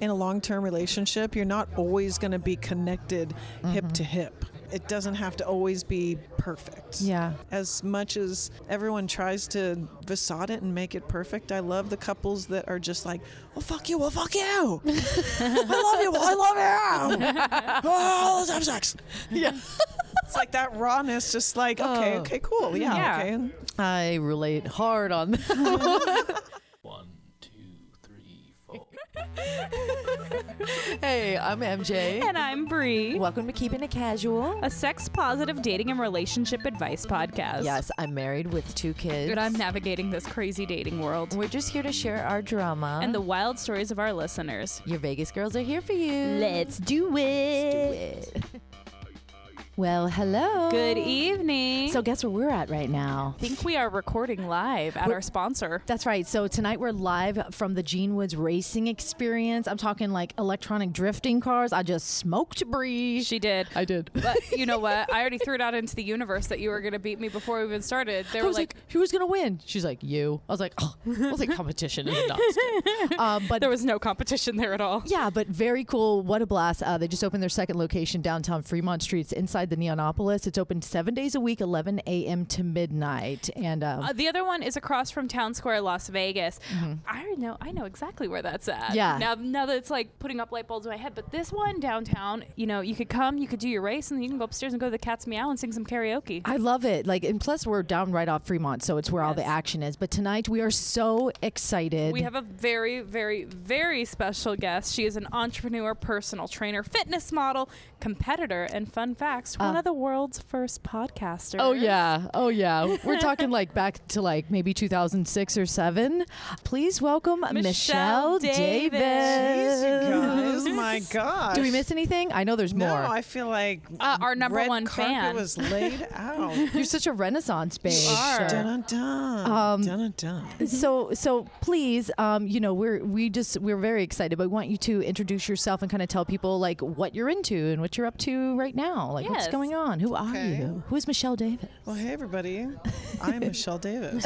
in a long term relationship, you're not always going to be connected Mm-hmm. hip to hip. It doesn't have to always be perfect. Yeah. As much as everyone tries to facade it and make it perfect, I love the couples that are just like, well, fuck you, well, fuck you. I love you, well, I love you. Oh, let's have sex. Yeah. It's like that rawness, just like, okay, Oh. okay, cool. Yeah. Yeah. Okay. And I relate hard on that. One, two, three, four. hey, I'm MJ. And I'm Bree, Welcome to Keeping It Casual. a sex positive dating and relationship advice podcast. Yes, I'm married with two kids. But I'm navigating this crazy dating world We're just here to share our drama. and the wild stories of our listeners. your Vegas girls are here for you. do Let's do it. Well, hello. Good evening. Oh. So guess where we're at right now? I think we are recording live at our sponsor. That's right. So tonight we're live from the Gene Woods racing experience. I'm talking like electronic drifting cars. I just smoked Bree. She did. I did. But you know what? I already threw it out into the universe that you were going to beat me before we even started. They I were was like, like, who's gonna win? She's like, you. I was like, oh, I was like, competition is nonsense. um, but there was no competition there at all. yeah, but very cool. What a blast! Uh, they just opened their second location downtown Fremont Street. It's inside the Neonopolis. It's open seven days a week, 11 a.m. to midnight. And um, Uh, the other one is across from Town Square, Las Vegas. Mm-hmm. I know, I know exactly where that's at. Yeah. Now, now that it's like putting up light bulbs in my head, but this one downtown, you know, you could come, you could do your race, and then you can go upstairs and go to the Cat's Meow and sing some karaoke. I love it. Like, and plus we're down right off Fremont, so it's where all the Yes. action is. But tonight we are so excited. We have a very, very, very special guest. She is an entrepreneur, personal trainer, fitness model, competitor, and fun facts, one Uh, of the world's first podcasters. Oh yeah, oh yeah. We're talking like back to like maybe 2006 or seven. Please welcome Michelle Michelle, Davis. Davis. Jeez, you guys, my gosh. Uh, Do we miss anything? I know there's No, more. I feel like Uh, our number red one carpet fan. was laid out. You're such a Renaissance babe. are. Sure. Dun dun Um, dun dun. So, so please, um, you know, we're we just we're very excited, but we want you to introduce yourself and kind of tell people like what you're into and what you're up to right now, like what's Yes. going on. Who are Okay. you? Who's Michelle Davis? Well, hey everybody, I'm Michelle Davis,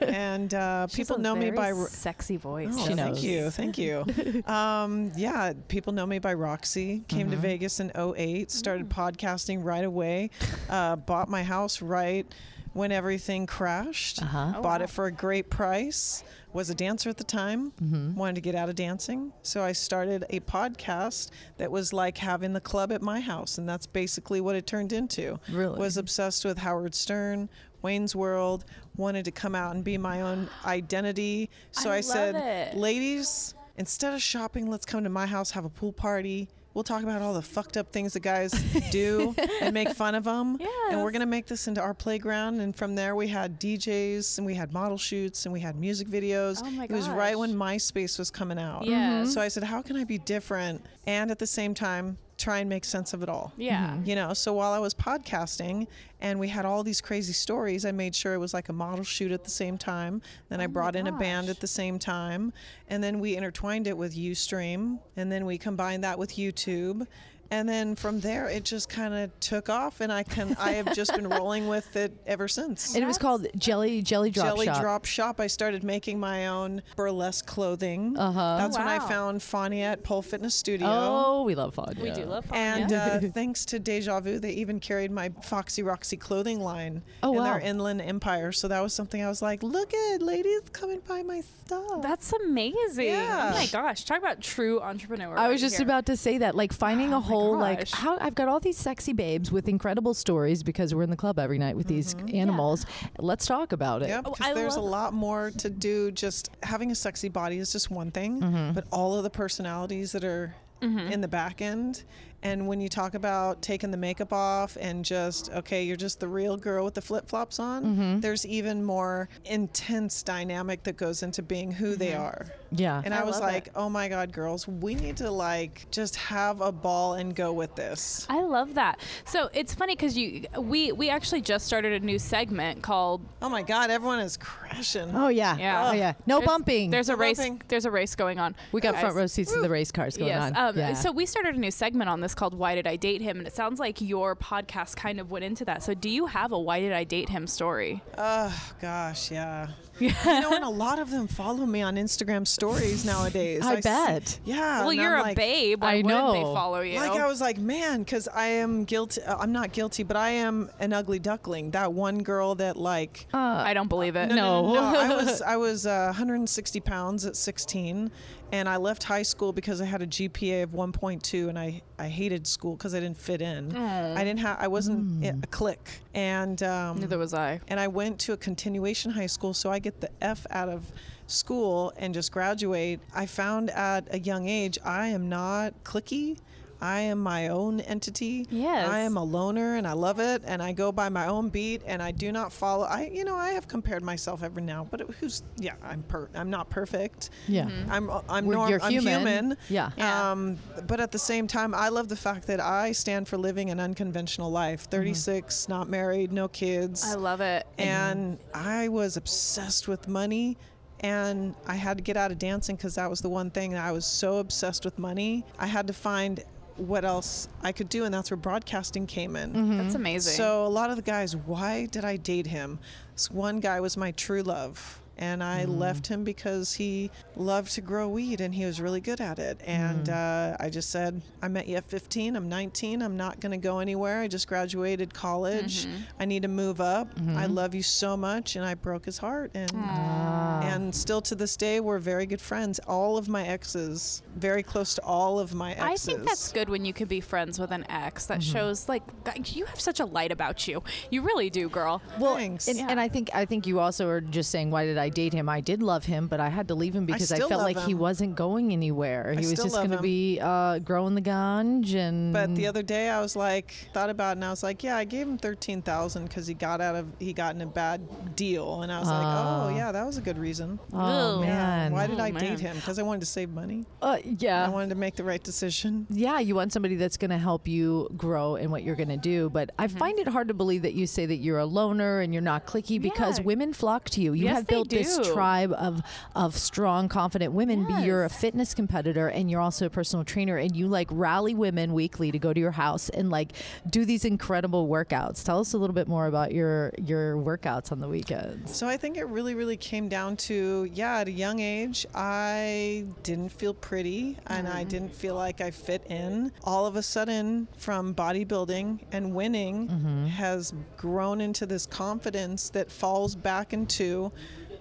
and uh, She has people a know me very by. sexy voice. Oh, She thank knows. you, thank you. um, yeah, people know me by Roxy. Came Mm-hmm. to Vegas in 08, started podcasting right away. Uh, bought my house right when everything crashed. Uh-huh. Bought it for a great price. Was a dancer at the time. Mm-hmm. Wanted to get out of dancing, so I started a podcast that was like having the club at my house, and that's basically what it turned into. Really? was obsessed with Howard Stern. Wayne's World wanted to come out and be my own identity. So I I, love said, it. ladies, instead of shopping, let's come to my house, have a pool party. We'll talk about all the fucked up things the guys do and make fun of them. And we're Yes. going to make this into our playground. And from there, we had DJs and we had model shoots and we had music videos. Oh my it was right gosh. when MySpace was coming out. Yes. So I said, how can I be different and at the same time try and make sense of it all? Yeah. You know, so while I was podcasting and we had all these crazy stories, I made sure it was like a model shoot at the same time. Then Oh I brought in a band at the same time. And then we intertwined it with Ustream. And then we combined that with YouTube. And then from there, it just kind of took off. And I can, I have just been rolling with it ever since. And it was called Jelly Jelly Drop Jelly Shop. Drop Shop. I started making my own burlesque clothing. Uh-huh. That's when I Wow. found Fania at Pole Fitness Studio. Oh, we love Fun. We do love fun. And yeah. uh, thanks to Deja Vu, they even carried my Foxy Roxy clothing line Oh, in wow. their Inland Empire. So that was something I was like, look at ladies come and buy my stuff. That's amazing. Yeah. Oh my gosh. Talk about true entrepreneur. I right was just here. about to say that, like finding Oh a whole like gosh. how I've got all these sexy babes with incredible stories because we're in the club every night with these animals. Let's talk about it. Mm-hmm. Yep, Oh, 'cause I there's love- a lot more to do. Just having a sexy body is just one thing, Mm-hmm. but all of the personalities that are in the back end. And when you talk about taking the makeup off and just, okay, you're just the real girl with the flip flops on, Mm-hmm. there's even more intense dynamic that goes into being who they Mm-hmm. are. Yeah. And I, was love it. like, oh my God, girls, we need to like just have a ball and go with this. I love that. So it's funny because you we we actually just started a new segment called Oh my God, everyone is crashing. Oh yeah. Yeah. Oh yeah. No There's- bumping. There's a No race. bumping. There's a race going on. we got Guys. front row seats to the race cars going yes. on. Um, yeah. So we started a new segment on this podcast called Why Did I Date Him? And it sounds like your podcast kind of went into that. So do you have a Why Did I Date Him story? Oh gosh, yeah. You know, and a lot of them follow me on Instagram stories nowadays. I s- bet. yeah. well, and you're I'm a like- babe. Why I wouldn't they know. follow you? Like I was like, man, because I am guilty. Uh, I'm not guilty, but I am an ugly duckling. That one girl that like. Uh, I don't believe it. No, I was I was uh, 160 pounds at 16, and I left high school because I had a GPA of 1.2, and I, I hated school because I didn't fit in. I didn't have I wasn't a click, and um, Neither was I. and I went to a continuation high school, so I get the F out of school and just graduate. I found at a young age I am not clicky. I am my own entity. Yes. I am a loner and I love it and I go by my own beat and I do not follow I you know I have compared myself every now but it, who's yeah I'm per, I'm not perfect. Yeah. I'm I'm We're- norm, you're I'm human. human. Yeah. Yeah. Um, but at the same time, I love the fact that I stand for living an unconventional life. Mm-hmm. 36, not married, no kids I love it. and I was obsessed with money. And I had to get out of dancing because that was the one thing that I was so obsessed with money. I had to find what else I could do, and that's where broadcasting came in. Mm-hmm. That's amazing. So a lot of the guys, why did I date him? This one guy was my true love. And I Mm. left him because he loved to grow weed and he was really good at it. Mm. And uh, I just said, I met you at 15, I'm 19, I'm not going to go anywhere. I just graduated college. Mm-hmm. I need to move up. I love you so much. And I broke his heart. And, and still to this day, we're very good friends. All of my exes, very close to all of my I exes. think that's good when you can be friends with an ex. That shows like God, you have such a light about you. You really do, girl. Well, Thanks. and, and I think I think you also are just saying, why did I date him? I did love him, but I had to leave him because I, still felt love like he him. wasn't going anywhere. he was still just love going to him. be uh, growing the ganj and. But the other day, I was like, thought about, it and I was like, yeah, I gave him thirteen thousand because he got out of he got in a bad deal, and I was like, oh yeah, that was a good reason. Ah. oh Ew. man, Why did Oh, I man. date him? Because I wanted to save money. Uh, yeah. I wanted to make the right decision. yeah, you want somebody that's going to help you grow in what you're going to do. But I find it hard to believe that you say that you're a loner and you're not clicky because Yeah. women flock to you. You Yes, have they built this do. tribe of of strong, confident women. Be You're a fitness competitor and you're also a personal trainer, and you like rally women weekly to go to your house and like do these incredible workouts. Tell us a little bit more about your your workouts on the weekends. So I think it really, really came down to yeah, at a young age, I didn't feel pretty and Mm-hmm. I didn't feel like I fit in. All of a sudden, from bodybuilding and winning, Mm-hmm. has grown into this confidence that falls back into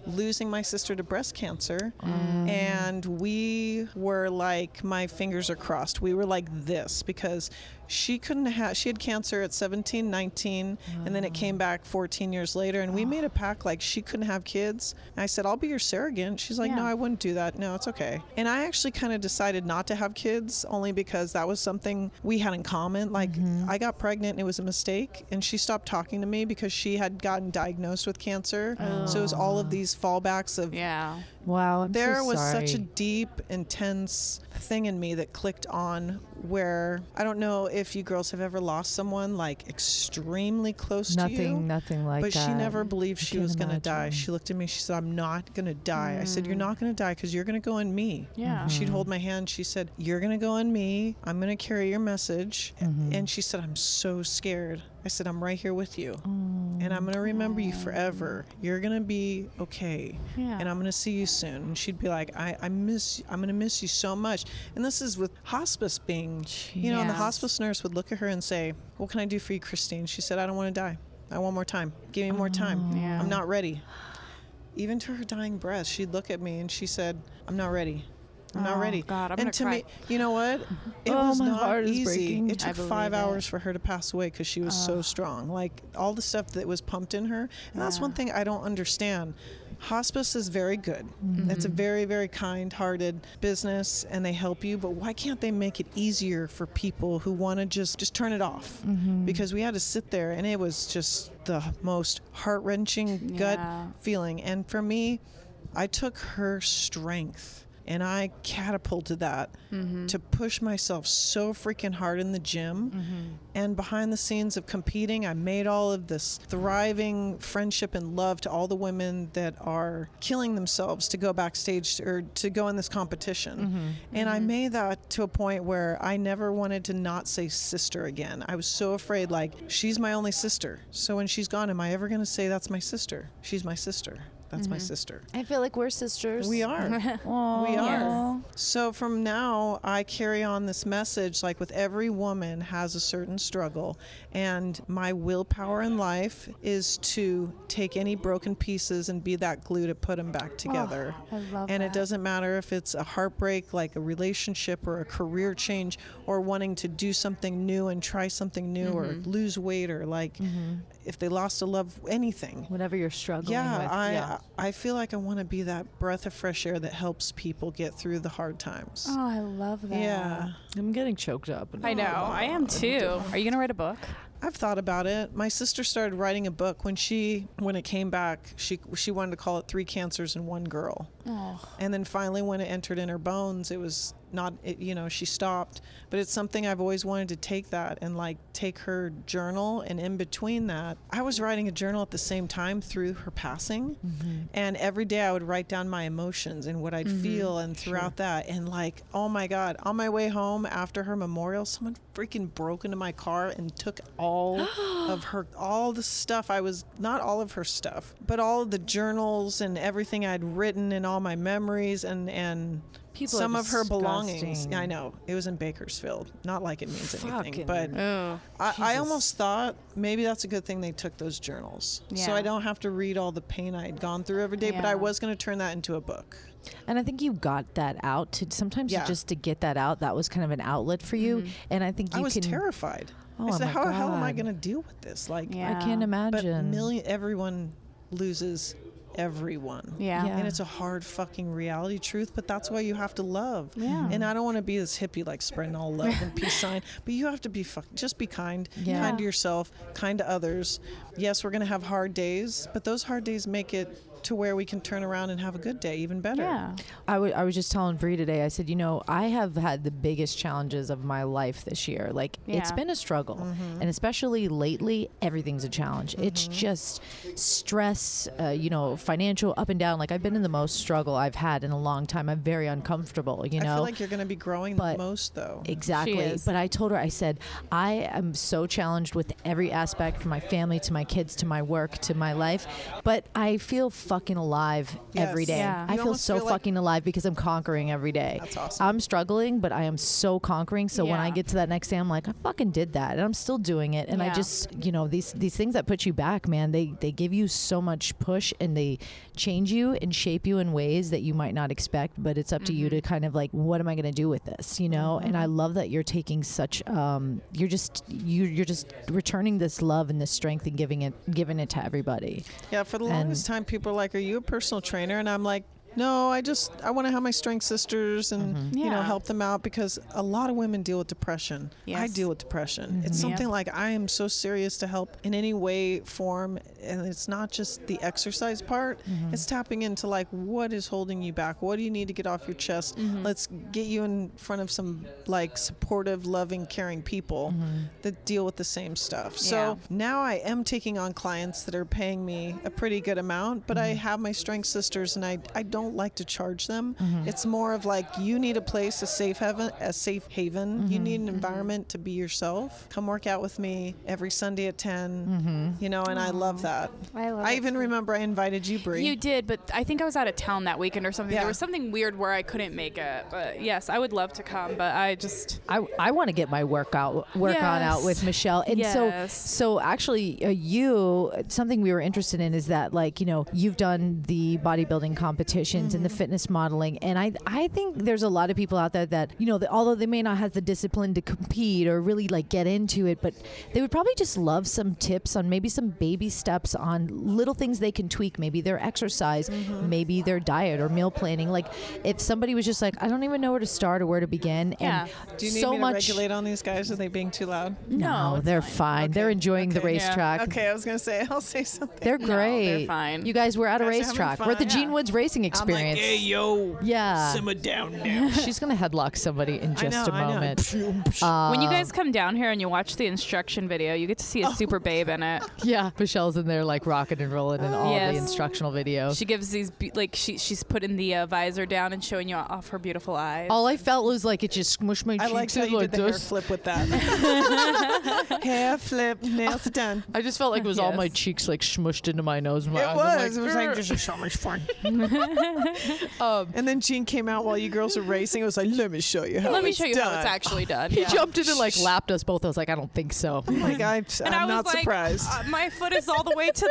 losing my sister to breast cancer and we were like my fingers are crossed we were like this because she couldn't have she had cancer at 17 19 and then it came back 14 years later and we made a pact like she couldn't have kids and i said i'll be your surrogate she's like no i wouldn't do that no it's okay and i actually kind of decided not to have kids only because that was something we had in common like Mm-hmm. i got pregnant and it was a mistake and she stopped talking to me because she had gotten diagnosed with cancer so it was all of these fallbacks of Yeah. Wow, I'm Oh. so there was such a sorry. deep, intense thing in me that clicked on where I don't know if you girls have ever lost someone like extremely close to you. nothing, nothing like But that. Mm, she never believed I she can't was going to die. imagine. Mm. She looked at me. She said, I'm not going to die. I said, You're not going to die because you're going to go in me. Yeah. She'd Mm-hmm. hold my hand. She said, You're going to go in me. I'm going to carry your message. Mm-hmm. And she said, I'm so scared. I said, I'm right here with you. And I'm going to remember Oh. you forever. You're going to be okay. Yeah. And I'm going to see you soon. And she'd be like, I, I miss you. I'm going to miss you so much. And this is with hospice being, you know, and the Jeez. hospice nurse would look at her and say, What can I do for you, Christine? She said, I don't want to die. I want more time. Give me more time. Oh, Yeah. I'm not ready. Even to her dying breath, she'd look at me and she said, I'm not ready. I'm not Oh, ready. God, I'm and gonna to cry. me, you know what? It Oh, was my not heart is easy. breaking. It I took five believe it. hours for her to pass away because she was so strong. Like all the stuff that was pumped in her. And that's one thing I don't understand. Hospice is very good. It's a very, very kind hearted business and they help you, but why can't they make it easier for people who want to just just turn it off? Because we had to sit there and it was just the most heart wrenching gut Yeah. feeling. And for me, I took her strength And I catapulted that to push myself so freaking hard in the gym. And behind the scenes of competing, I made all of this thriving friendship and love to all the women that are killing themselves to go backstage or to go in this competition. And I made that to a point where I never wanted to not say sister again. I was so afraid, like, she's my only sister. So when she's gone, am I ever going to say that's my sister? She's my sister. That's my sister. I feel like we're sisters. We are. we are. So from now, I carry on this message like with every woman has a certain struggle. And my willpower in life is to take any broken pieces and be that glue to put them back together. I love and it that. doesn't matter if it's a heartbreak, like a relationship or a career change or wanting to do something new and try something new or Mm-hmm. lose weight or like if they lost a love, anything. Whatever you're struggling Yeah, with. I I feel like I want to be that breath of fresh air that helps people get through the hard times. Oh, I love that. Yeah, I'm getting choked up. I know. I am too. Are you gonna write a book? I've thought about it. My sister started writing a book when she when it came back. She she wanted to call it Three Cancers in One Girl. And then finally, when it entered in her bones, it was not. It, you know, she stopped. But it's something I've always wanted to take that and like take her journal. And in between that, I was writing a journal at the same time through her passing. And every day I would write down my emotions and what I'd feel and throughout that. And like, oh my God, on my way home after her memorial, someone freaking broke into my car and took all of her, all the stuff I was, not all of her stuff, but all of the journals and everything I'd written and all my memories and, and, People are Some of her belongings. disgusting. Yeah, I know. It was in Bakersfield. Not like it means anything, Fucking but Oh, I, I almost thought maybe that's a good thing they took those journals. So Yeah. I don't have to read all the pain I had gone through every day, but I Yeah. was going to turn that into a book. And I think you got that out to sometimes you Yeah. Mm-hmm. just to get that out. That was kind of an outlet for you. And I think you I was can. terrified. Oh I said, my how the hell am I God. going to deal with this? Like, Yeah. I can't but imagine. million, everyone loses everyone. Yeah. Yeah. And it's a hard fucking reality truth, but that's why you have to love. Yeah. And I don't want to be this hippie, like spreading all love and peace sign, but you have to be fuck, just be kind, Yeah. kind to yourself, kind to others. Yes, we're going to have hard days, but those hard days make it to where we can turn around and have a good day, even better. Yeah. I wa- I was just telling Bree today. I said, you know, I have had the biggest challenges of my life this year. Like it's Yeah. been a struggle, Mm-hmm. and especially lately, everything's a challenge. It's just stress, uh, you know, financial up and down. Like I've been in the most struggle I've had in a long time. I'm very uncomfortable. You know, I feel like you're going to be growing the but most, though. Exactly. is. But I told her, I said, I am so challenged with every aspect from my family to my kids to my work to my life, but I feel fucking alive every Yes. day. Yeah. I You feel almost so feel like- fucking alive because I'm conquering every day. That's awesome. I'm struggling, but I am so conquering. So when Yeah. I get to that next day, I'm like, I fucking did that, and I'm still doing it. And I Yeah. just, you know, these these things that put you back, man, they they give you so much push and they change you and shape you in ways that you might not expect. But it's up to you to kind of like, what am I going to do with this, you know? And I love that you're taking such, um, you're just you you're just returning this love and this strength and giving it giving it to everybody. Yeah, for the longest time, people are like, "Are you a personal trainer?" And I'm like, "No, I just I want to have my strength sisters and you know Yeah. help them out because a lot of women deal with depression. I Yes. deal with depression. It's Yeah. something like I am so serious to help in any way, form, and it's not just the exercise part. It's tapping into like what is holding you back. What do you need to get off your chest? Mm-hmm. Let's get you in front of some like supportive, loving, caring people that deal with the same stuff. Yeah. So now I am taking on clients that are paying me a pretty good amount, but I have my strength sisters and I, I don't like to charge them. It's more of like you need a place, a safe haven, a safe haven. You need an environment to be yourself. Come work out with me every Sunday at 10. You know, and I love that. I love I it even remember I invited you, Bree. you did, but I think I was out of town that weekend or something. Yeah. There was something weird where I couldn't make it. But yes, I would love to come, but I just I, I want to get my workout work on out Yes. with Michelle. And Yes. so so actually uh, you something we were interested in is that like you know you've done the bodybuilding competitions and the Mm-hmm. fitness modeling and I I think there's a lot of people out there that you know that although they may not have the discipline to compete or really like get into it but they would probably just love some tips on maybe some baby steps on little things they can tweak maybe their exercise Mm-hmm. maybe their diet or meal planning like if somebody was just like I don't even know where to start or where to begin Yeah. and do you need so me to much regulate on these guys? Are they being too loud? no, No, it's they're fine. They're enjoying the Okay. Yeah. racetrack. Okay, I was going to say, I'll say something. They're they're great. fine. You guys, we're at a Guys are having racetrack. We're at the fun. Gene Woods Racing experience. I'm like, hey, yo, yeah. simmer down now. She's going to headlock somebody in just know, a I know. moment. Uh, Um, When you guys come down here and you watch the instruction video, you get to see a super babe in it. Yeah, Michelle's in there like rocking and rolling Oh, in all Yes. the instructional videos. She gives these be- like she she's putting the uh, visor down and showing you off her beautiful eyes. all I felt was like it just smushed my I cheeks liked how in you like did the hair this. flip with that. hair flip, nails done. I just felt like it was all my Yes. cheeks like smushed into my nose. and my It eyes. was. it I'm like, was like "Grr." this is so much fun. Um, And then Gene came out while you girls were racing. It was like, let me show you how. Let me it's show you done. how it's actually done. He Yeah. jumped in and like lapped us both. I was like, I don't think so. Oh my God, I'm, And I'm I was not like, surprised. uh, my foot is all the way to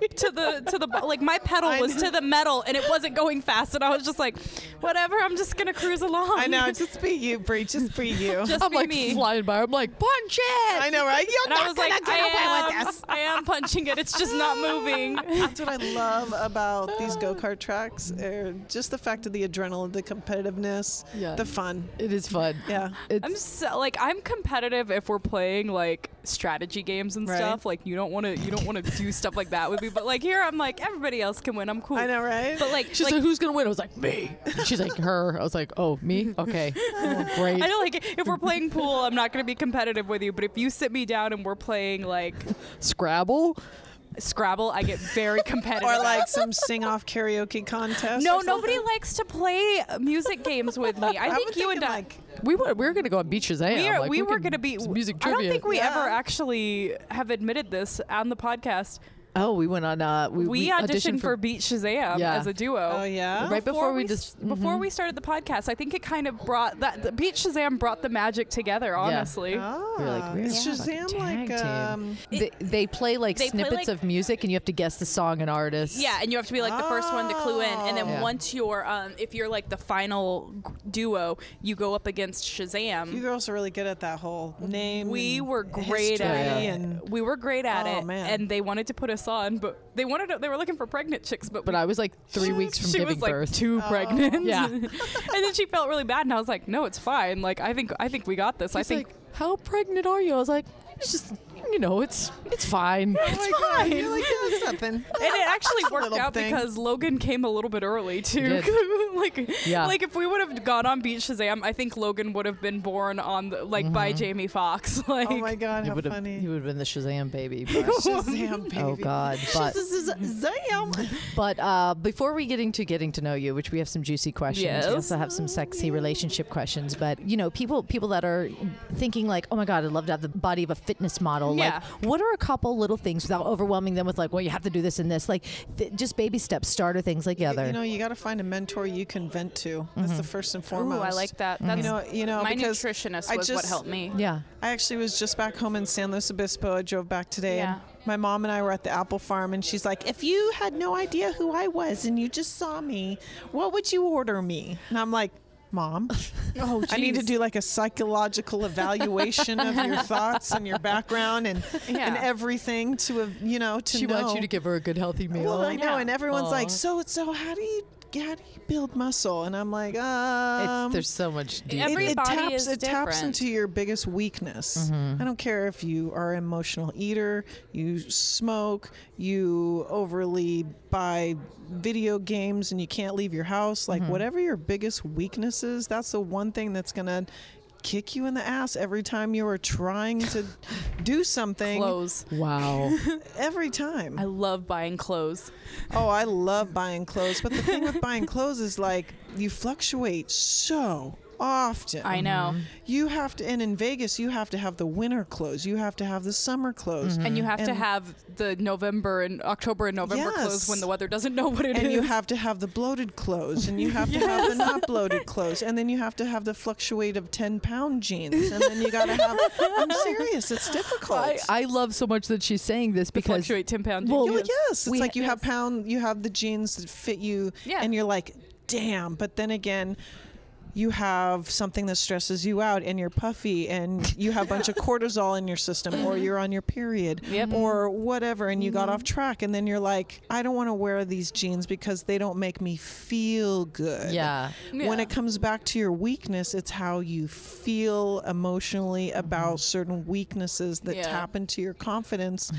the to the to the bo- like my pedal I was know. to the metal and it wasn't going fast and I was just like, whatever, I'm just gonna cruise along. I know. Just be you, Bree. Just be you. just I'm be like me. flying by. I'm like, punch it. I know, right? You're And not I was gonna like, get I away with am, this. I am punching it. It's just not moving. That's what I love about these go kart tracks. uh, Just the fact of the adrenaline, the competitiveness, Yeah. the fun. It is fun. Yeah. It's, I'm so like I'm competitive if we're playing like strategy games and Right. stuff. Like you don't want to you don't want to do stuff like that with me. But like here, I'm like everybody else can win. I'm cool. I know, right? But like, She's like, like who's gonna win? I was like, me. She's like, her. I was like, oh, me? Okay, Well, great. I know, like if we're playing pool, I'm not gonna be competitive with you. But if you sit me down and we're playing like Scrabble. Scrabble, I get very competitive. or like some sing off karaoke contest. no, or something. nobody likes to play music games with me. I think was you and thinking, I. like, We were we were gonna go on beaches. I we, am. are, Like, we, were can- going to be. it's music I trivia. don't think we Yeah. ever actually have admitted this on the podcast. Oh, we went on. Uh, we, We, auditioned, for, for. Beat Shazam Yeah. as a duo. Oh yeah. Right before we s- just- mm-hmm. before we started the podcast, I think it kind of brought that the Beat Shazam brought the magic together. Honestly, Ah, We were like, we're is a fucking Shazam like tag team. um, They, they play like They play, snippets like- of music, and you have to guess the song and artist. yeah, and you have to be like the first one to clue in, and then Oh. Yeah. once you're um, if you're like the final g- duo, you go up against Shazam. you girls are really good at that whole name. we and were great history at it. And we were great at Oh, it, man. and they wanted to put us on, but they wanted to, they were looking for pregnant chicks, but But we- I was like three she weeks was- from she giving was, like, birth. too pregnant. Yeah. and then she felt really bad, and I was like, no, it's fine. Like I think I think we got this. I She's think like, how pregnant are you? I was like, it's just you know, it's it's fine. Oh my god, you're like that's nothing. and it actually worked little out thing. because Logan came a little bit early too. did. like, Yeah. like if we would have gone on Beach Shazam, I think Logan would have been born on the, like by Jamie Foxx. Like, Mm-hmm. Oh my god, He how would have funny. he would have been the Shazam baby. but- Shazam, baby. oh God! But Shazam. But uh, before we getting to getting to know you, which we have some juicy questions, Yes. we also have some sexy relationship questions. But you know, people people that are thinking like, oh my god, I'd love to have the body of a fitness model. Yeah. Like, what are a couple little things without overwhelming them with like, well, you have to do this and this. Like, th- just baby steps, starter things like the other. You know, you got to find a mentor you can vent to. That's Mm-hmm. the first and foremost. that. That's You know, you know, my because nutritionist I was what just- helped me. yeah. I actually was just back home in San Luis Obispo. I drove back today. Yeah. And my mom and I were at the apple farm, and she's like, "If you had no idea who I was and you just saw me, what would you order me?" And I'm like, "Mom, Oh, I need to do like a psychological evaluation of your thoughts and your background and and Yeah. everything to uh, you know to know." give her a good healthy meal. Well, I know, Yeah. and everyone's Aw. like, "So, so, how do you, how do you build muscle?" And I'm like, um, there's so much. deep- every it, it body taps is it taps different. into your biggest weakness. Mm-hmm. I don't care if you are an emotional eater, you smoke, you overly buy video games and you can't leave your house, Mm-hmm. like whatever your biggest weakness is, that's the one thing that's going to kick you in the ass every time you are trying to do something clothes. wow. every time. I love buying clothes. Oh, I love buying clothes, but the thing with buying clothes is like you fluctuate so often. I know, You have to, and in Vegas, you have to have the winter clothes. You have to have the summer clothes. and you have to And- have the November and October and November clothes Yes. when the weather doesn't know what it is. And you have to have the bloated clothes, and you have to have the not bloated clothes, and then you have to have the fluctuate of ten pound jeans, and then you gotta have. I'm serious, it's difficult. I, I love so much that she's saying this because fluctuate ten pounds. Well, Yeah, well, yes, it's We- like you have pound, you have the jeans that fit you, Yeah. and you're like, damn. But then again, you have something that stresses you out, and you're puffy, and you have a bunch of cortisol in your system, or you're on your period, Yep. or whatever, and you got off track, and then you're like, I don't want to wear these jeans because they don't make me feel good. Yeah. When Yeah. it comes back to your weakness, it's how you feel emotionally about certain weaknesses that Mm-hmm. Yeah. Mm-hmm. tap into your confidence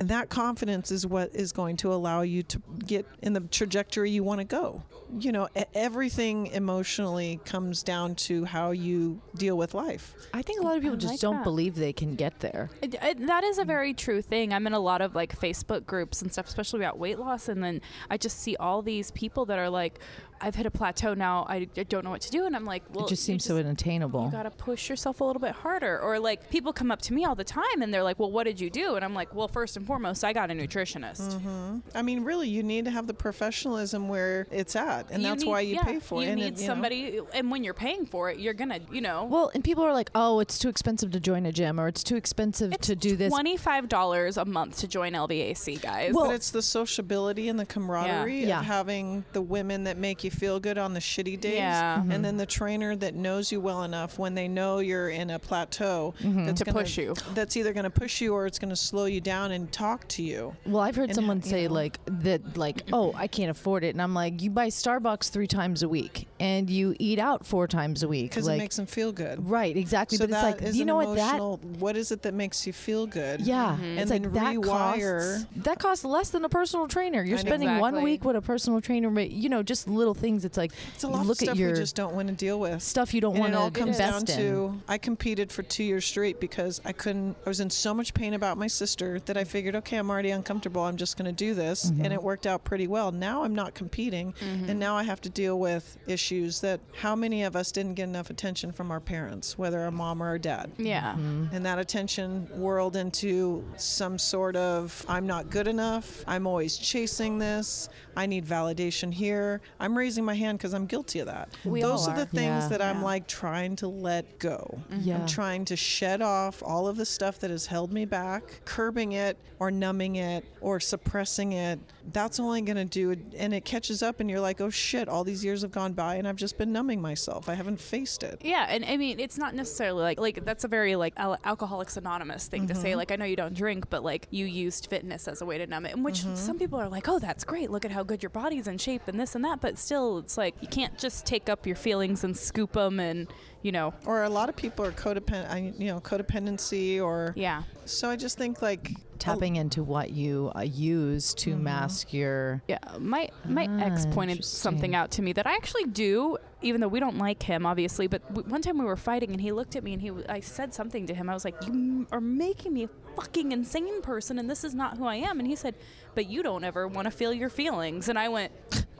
And that confidence is what is going to allow you to get in the trajectory you want to go. You know, e- everything emotionally comes down to how you deal with life. I think a lot of people I just like don't that. believe they can get there. It- it- that is a very true thing. I'm in a lot of like Facebook groups and stuff, especially about weight loss. And then I just see all these people that are like, I've hit a plateau now. I, I don't know what to do. And I'm like, well, it just you seems so unattainable. You got to push yourself a little bit harder. Or like people come up to me all the time and they're like, well, what did you do? And I'm like, well, first and foremost, I got a nutritionist. I mean, really, you need to have the professionalism where it's at, and You that's need- why you yeah, pay for it. You and need it- you know. somebody, and when you're paying for it, you're gonna, you know, well, and people are like, "Oh, it's too expensive to join a gym, or it's too expensive to do this." twenty-five dollars a month to join LVAC, guys. Well- but it's the sociability and the camaraderie Yeah. of having the women that make you feel good on the shitty days, Yeah. and then the trainer that knows you well enough when they know you're in a plateau that's Mm-hmm. To gonna- push you. That's either going to push you or it's going to slow you down and talk to you. Well, I've heard And someone how- say you know. like that, like, "Oh, I can't afford it," and I'm like, "You buy Starbucks three times a week, and you eat out four times a week." because Like, it makes them feel good. right, exactly. So but it's that like, is you an know what? That emotional. what is it that makes you feel good? yeah, Mhm. And it's like then that rewire. costs that costs less than a personal trainer. You're I know. spending one Exactly. week with a personal trainer, but you know, just little things. It's like it's a you lot look of stuff at your we just don't want to deal with. stuff you don't and want it all to comes down invest in. to I competed for two years straight because I couldn't. I was in so much pain about my sister that I figured, okay, I'm already uncomfortable. I'm just going to do this, Mm-hmm. and it worked out pretty well. Now I'm not competing, and now I have to deal with issues that how many of us didn't get enough attention from our parents, whether our mom or our dad. yeah. and that attention whirled into some sort of I'm not good enough. I'm always chasing this. I need validation here. I'm raising my hand because I'm guilty of that. We Those all are the are. things Yeah. that I'm Yeah. like trying to let go. Yeah. I'm trying to shed off all of the stuff that has held me back, curbing it or numbing it or suppressing it. That's only going to do it. And it catches up, and you're like, oh shit, all these years have gone by, and I've just been numbing myself. I haven't faced it. Yeah, and I mean, it's not necessarily like like that's a very like al- Alcoholics Anonymous thing to say. Like, I know you don't drink, but like you used fitness as a way to numb it. And which some people are like, oh, that's great. Look at how good your body's in shape and this and that. But still, it's like you can't just take up your feelings and scoop them and you know, or a lot of people are codependent you know codependency or yeah. so i just think like oh, tapping into what you uh, use to mask your Yeah, my my Ah, ex pointed something interesting. out to me that I actually do, even though we don't like him, obviously. But w- one time we were fighting, and he looked at me, and he w- I said something to him. I was like, "You m- are making me a fucking insane person, and this is not who I am." And he said, "But you don't ever want to feel your feelings." And I went,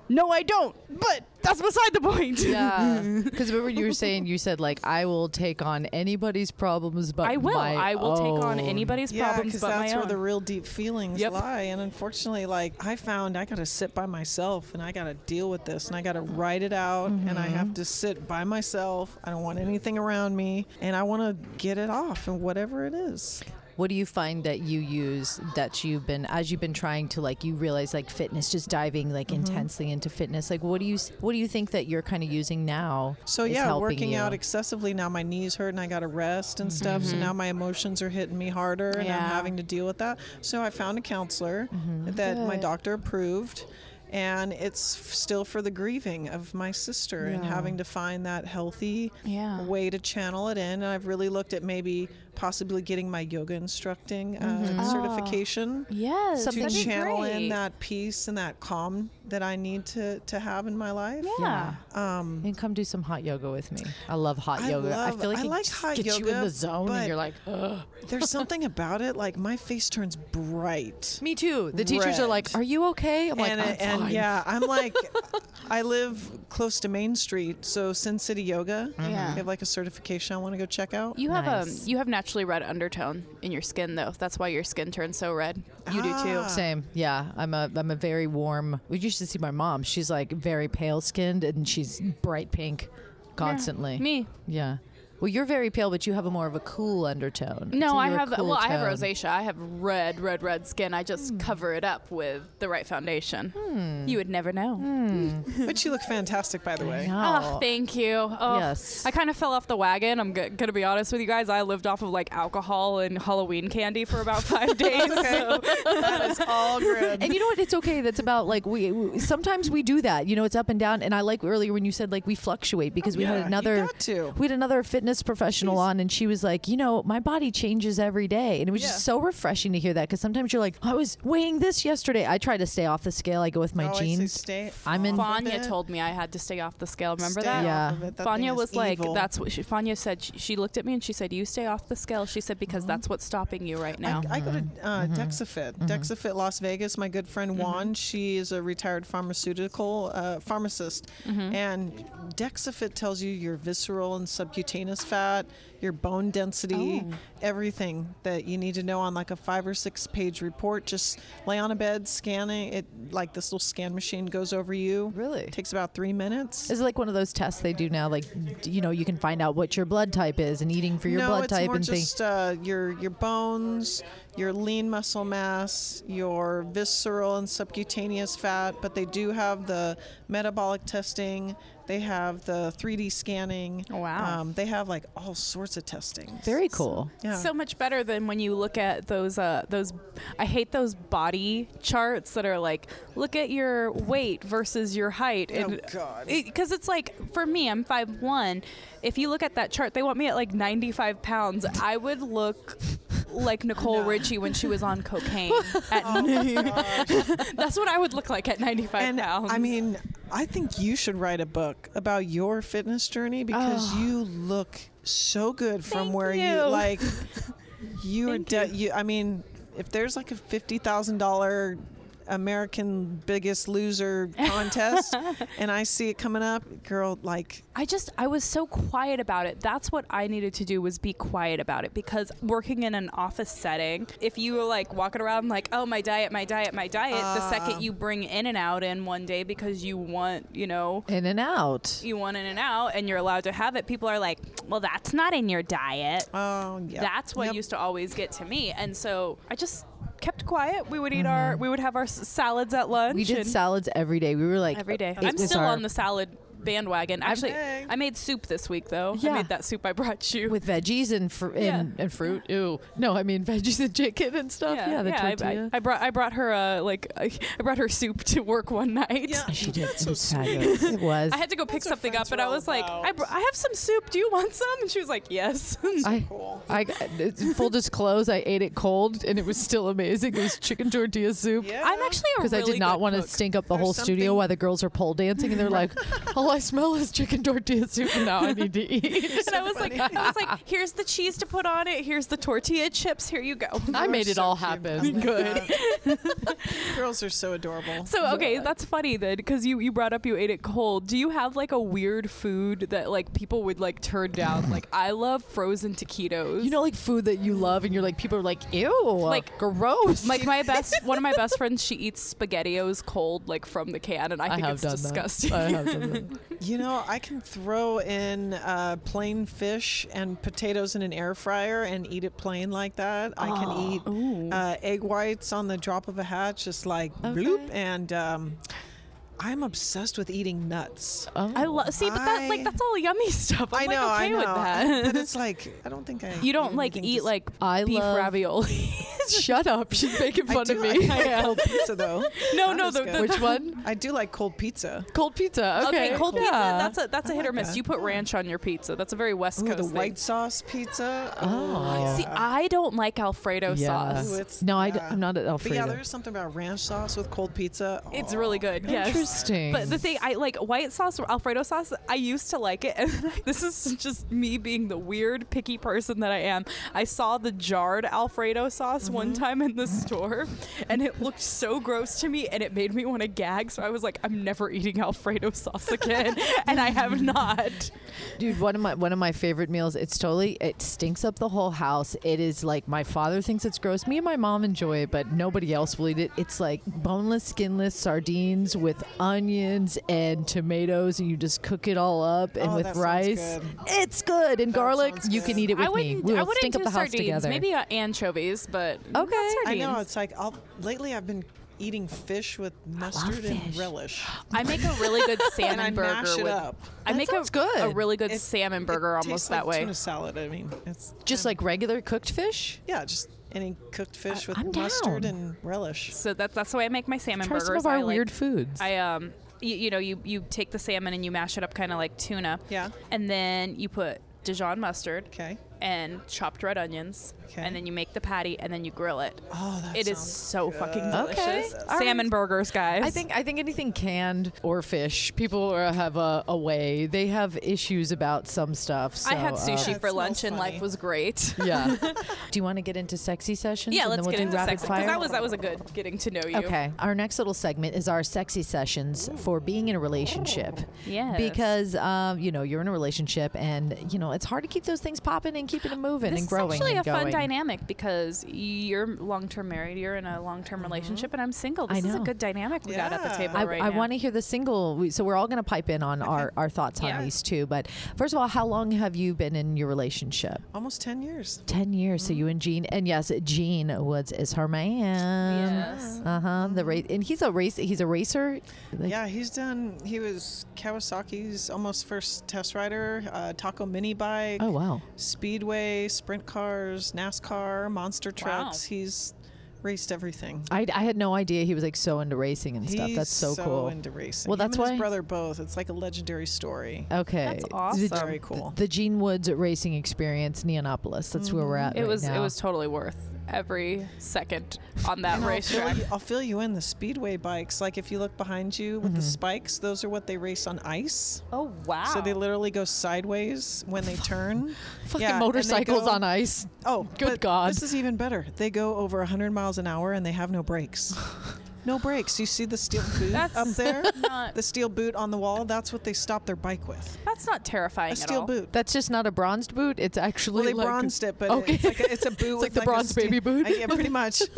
"No, I don't. But that's beside the point." Yeah, because remember you were saying you said like I will take on anybody's problems, but I will. my I will take on own." anybody's yeah problems because but that's my where own. the real deep feelings Yep. lie and unfortunately like i found i gotta sit by myself and i gotta deal with this and i gotta write it out and i Mm-hmm. have to sit by myself i don't want anything around me and i want to get it off and whatever it is What do you find that you use that you've been as you've been trying to like you realize like fitness, just diving like intensely into fitness? Like what do you s- what do you think that you're kind of using now? So is yeah, helping working you? Mm-hmm. out excessively now my knees hurt and I got to rest and stuff. So now my emotions are hitting me harder and I'm Yeah. having to deal with that. So I found a counselor Mm-hmm. that my Good. doctor approved and it's f- still for the grieving of my sister and Yeah. having to find that healthy Yeah. way to channel it in. And I've really looked at maybe possibly getting my yoga instructing uh, certification to yes, Something- Mm-hmm. Oh. that'd be channel in great. that peace and that calm that I need to to have in my life. Yeah. Um And come do some hot yoga with me. I love hot I yoga. I love- feel like I it like just hot gets you in yoga, the zone, but- and you're like, Ugh. There's something about it. Like my face turns bright. me too. The teachers are Red. like, Are you okay? I'm like, and "I'm it- and fine." yeah, I'm like, I live close to Main Street, so Sin City Yoga. Yeah. They have like a certification I want to go check out. You have Nice. um, you have naturally red undertone in your skin though. That's why your skin turns so red. You do Ah. too. Same. Yeah. I'm a I'm a very warm. We used to see my mom. She's like very pale skinned and she's bright pink constantly. Me, Yeah. Well, you're very pale, but you have a more of a cool undertone. No, So I you're a have cool well, I have tone. Hmm. rosacea. I have red, red, red skin. I just cover it up with the right foundation. You would never know. Hmm. But you look fantastic, by the way. No. Oh, thank you. Oh, Yes. I kind of fell off the wagon. I'm g- gonna be honest with you guys. I lived off of like alcohol and Halloween candy for about five days. so- that is all good. and you know what? It's okay. That's about like we, we sometimes we do that. You know, it's up and down. And I like earlier when you said like we fluctuate because we Yeah, had you another got to. we had another fitness professional on, and she was like, you know, my body changes every day, and it was Yeah. just so refreshing to hear that because sometimes you're like, I was weighing this yesterday. I try to stay off the scale. I go with my Oh, I say jeans. stay I'm in- off of Fanya it. told me I had to stay off the scale. Remember Stay that? Yeah. off of it. That thing Fanya is was like, evil. "That's what she, Fanya said." She, she looked at me and she said, "You stay off the scale." She said, "Because that's what's stopping you right now." Mm-hmm. I, I go to uh, Dexafit, Dexafit Las Vegas. My good friend Juan, she is a retired pharmaceutical uh, pharmacist, Mm-hmm. and Dexafit tells you your visceral and subcutaneous fat, your bone density, Oh. everything that you need to know on like a five or six page report. Just lay on a bed, scan it. it like this little scan machine goes over you. Really? It takes about three minutes. Is it like one of those tests they do now? Like, d- you know, you can find out what your blood type is and eating for your no, blood it's type more and things. just uh, your your bones, your lean muscle mass, your visceral and subcutaneous fat. But they do have the metabolic testing. They have the 3D scanning. Wow. Um, they have like all sorts of testing. Very cool. Yeah. So much better than when you look at those uh, those. I hate those body charts that are like, look at your weight versus your height. and- Oh, God. Because it's like for me, I'm five one. If you look at that chart, they want me at like 95 pounds. I would look like Nicole Richie when she was on cocaine. At, Uh, that's what I would look like at 95 and pounds. I mean, I think you should write a book about your fitness journey because you look so good from Thank where you, you. like. You are. Thank De- you. I mean, if there's like a fifty thousand dollar American Biggest Loser contest, and I see it coming up, girl, like I just I was so quiet about it. That's what I needed to do was be quiet about it because working in an office setting, if you were like walking around like, "Oh, my diet, my diet, my diet," the second you bring in and out in one day because you want, you know, In and out. you want in and out and you're allowed to have it, people are like, "Well, that's not in your diet." oh yeah, That's what Yep. used to always get to me. And so I just kept quiet. We would eat our we would have our s- salads at lunch. We did and- salads every day. We were like every day. it Uh, I'm was still our- on the salad bandwagon. Actually, Okay. I made soup this week though. I Yeah. made that soup I brought you. with veggies and, fr- Yeah. and and fruit. Ew. No, I mean veggies and chicken and stuff. Yeah, the I- I- tortilla. I, brought I brought her uh, like I, I brought her soup to work one night. she did. It was fabulous. It was. I had to go pick what something up, friends and are I all was like, I, about. br- I have some soup. Do you want some? And she was like, Yes. I, I, it's- full disclose, I ate it cold and it was still amazing. It was chicken tortilla soup. Yeah. I'm actually a Because really I did not good want to cook. stink up the There's whole studio something- while the girls are pole dancing and they're like, all I smell is chicken tortilla soup and now I need to eat. And I was like, I was like, here's the cheese to put on it. Here's the tortilla chips. Here you go. I You are made it so all cute. happen. I love Good. that. Girls are so adorable. So okay, that's funny then, because you you brought up you ate it cold. Do you have like a weird food that like people would like turn down? like I love frozen taquitos. You know, like food that you love and you're like, people are like, ew, Like- like gross. Like my best, one of my best friends, she eats spaghettios cold, like from the can, and I, I think have it's done disgusting. That. Uh, I have done that. You know, I can throw in uh, plain fish and potatoes in an air fryer and eat it plain like that. I can eat uh, egg whites on the drop of a hat, just like bloop. And um, I'm obsessed with eating nuts. I Oh. love. See, but that like I- that's all yummy stuff. I'm I know, like, okay I know. With that. But it's like I don't think I. you don't like anything eat just- like I beef love- ravioli. Shut up. She's making I fun do of like me. cold pizza though. no, That no, is the, good. the, Which one? I do like cold pizza. Cold pizza. okay, Okay, cold cool. pizza. Yeah. That's a that's a hit or miss. that. You put ranch on your pizza. That's a very West Ooh, Coast the thing. white sauce pizza. Oh. See, I don't like Alfredo sauce. Ooh, it's- no, I, yeah. am not an But Alfredo. yeah, there's something about ranch sauce with cold pizza. It's Oh. really good. Yes. Interesting. But the thing I like white sauce or Alfredo sauce, I used to like it. And this is just me being the weird picky person that I am. I saw the jarred Alfredo sauce one Mm-hmm. time in the store and it looked so gross to me and it made me want to gag. So I was like, I'm never eating Alfredo sauce again. and I have not. Dude, one of my one of my favorite meals. It's totally it stinks up the whole house. It is like my father thinks it's gross. Me and my mom enjoy it, but nobody else will eat it. It's like boneless, skinless sardines with onions and tomatoes, and you just cook it all up and Oh, with that sounds rice. good. It's good and garlic. sounds You good. can eat it with I me. wouldn't, We'll I wouldn't stink do up the house sardines. together. Maybe uh, anchovies, but Okay. I I sardines. know it's like I'll, lately I've been eating fish with mustard and fish. relish, I make a really good salmon and I burger mash it with up. I make a, sounds good. a really good It- salmon it burger tastes almost like that way. Tuna salad. I mean, it's just like regular cooked fish. yeah, just any cooked fish with I'm mustard down. and relish. So that's that's the way I make my salmon Try burgers. some of our I, like- weird foods. I um, you, you know, you you take the salmon and you mash it up kind of like tuna. Yeah. And then you put Dijon mustard Okay. and chopped red onions, Okay. and then you make the patty and then you grill it. Oh, that It is sounds- so fucking Okay. delicious. All Salmon burgers, guys. I think I think anything canned or fish, people are- have a, a way. They have issues about some stuff. So, I had um, sushi That for smells lunch and funny. life was great. yeah. do you want to get into sexy sessions? yeah, and let's then we'll get do into rapid sex because fire. that was that was a good getting to know you. Okay. Our next little segment is our sexy sessions for being in a relationship. Yes. Because um, you know you're in a relationship, and you know it's hard to keep those things popping and keeping them moving This and growing. is actually and a fun going. dynamic because you're long-term married, you're in a long-term relationship, and I'm single. I This is a know. good dynamic we got at Mm-hmm. the Yeah. table I, right I now. want to hear the single. we- So we're all going to pipe in on our, our thoughts on Yeah. these two. But first of all, how long have you been in your relationship? almost 10 years. 10 years. So you Mm. and Gene, and yes, Gene Woods is her man. Yes. Uh huh. The race, and he's a race. He's a racer. Like, Mm-hmm. Yeah, he's done. He was Kawasaki's almost first test rider, uh, Taco mini bike, Oh wow. speedway, sprint cars, NASCAR, monster trucks. He's raced everything. I, I had no idea he was like so into racing and stuff. He's That's so, cool. into racing. Well, Him that's and why- his brother both. It's like a legendary story. okay. That's The, awesome. Very cool. the Gene Woods racing experience, Neonopolis. That's where we're Mm-hmm. at. It right was it now. was totally worth every second on And that I'll fill, racetrack. you, I'll fill you in the speedway bikes. Like if you look behind you with the Mm-hmm. spikes, those are what they race on ice. Oh wow! So they literally go sideways when they turn. fucking Yeah, and they motorcycles go- on ice. Oh, Good but God. This is even better. They go over 100 miles an hour and they have no brakes. No brakes. You see the steel boot That's up there? not- The steel boot on the wall? That's what they stop their bike with. That's not terrifying A at steel all. boot. That's just not a bronzed boot. It's Well, actually they like- bronzed it, but Okay. it's like a, it's a boot It's with like the a bronze steel- baby boot. I- yeah, pretty much.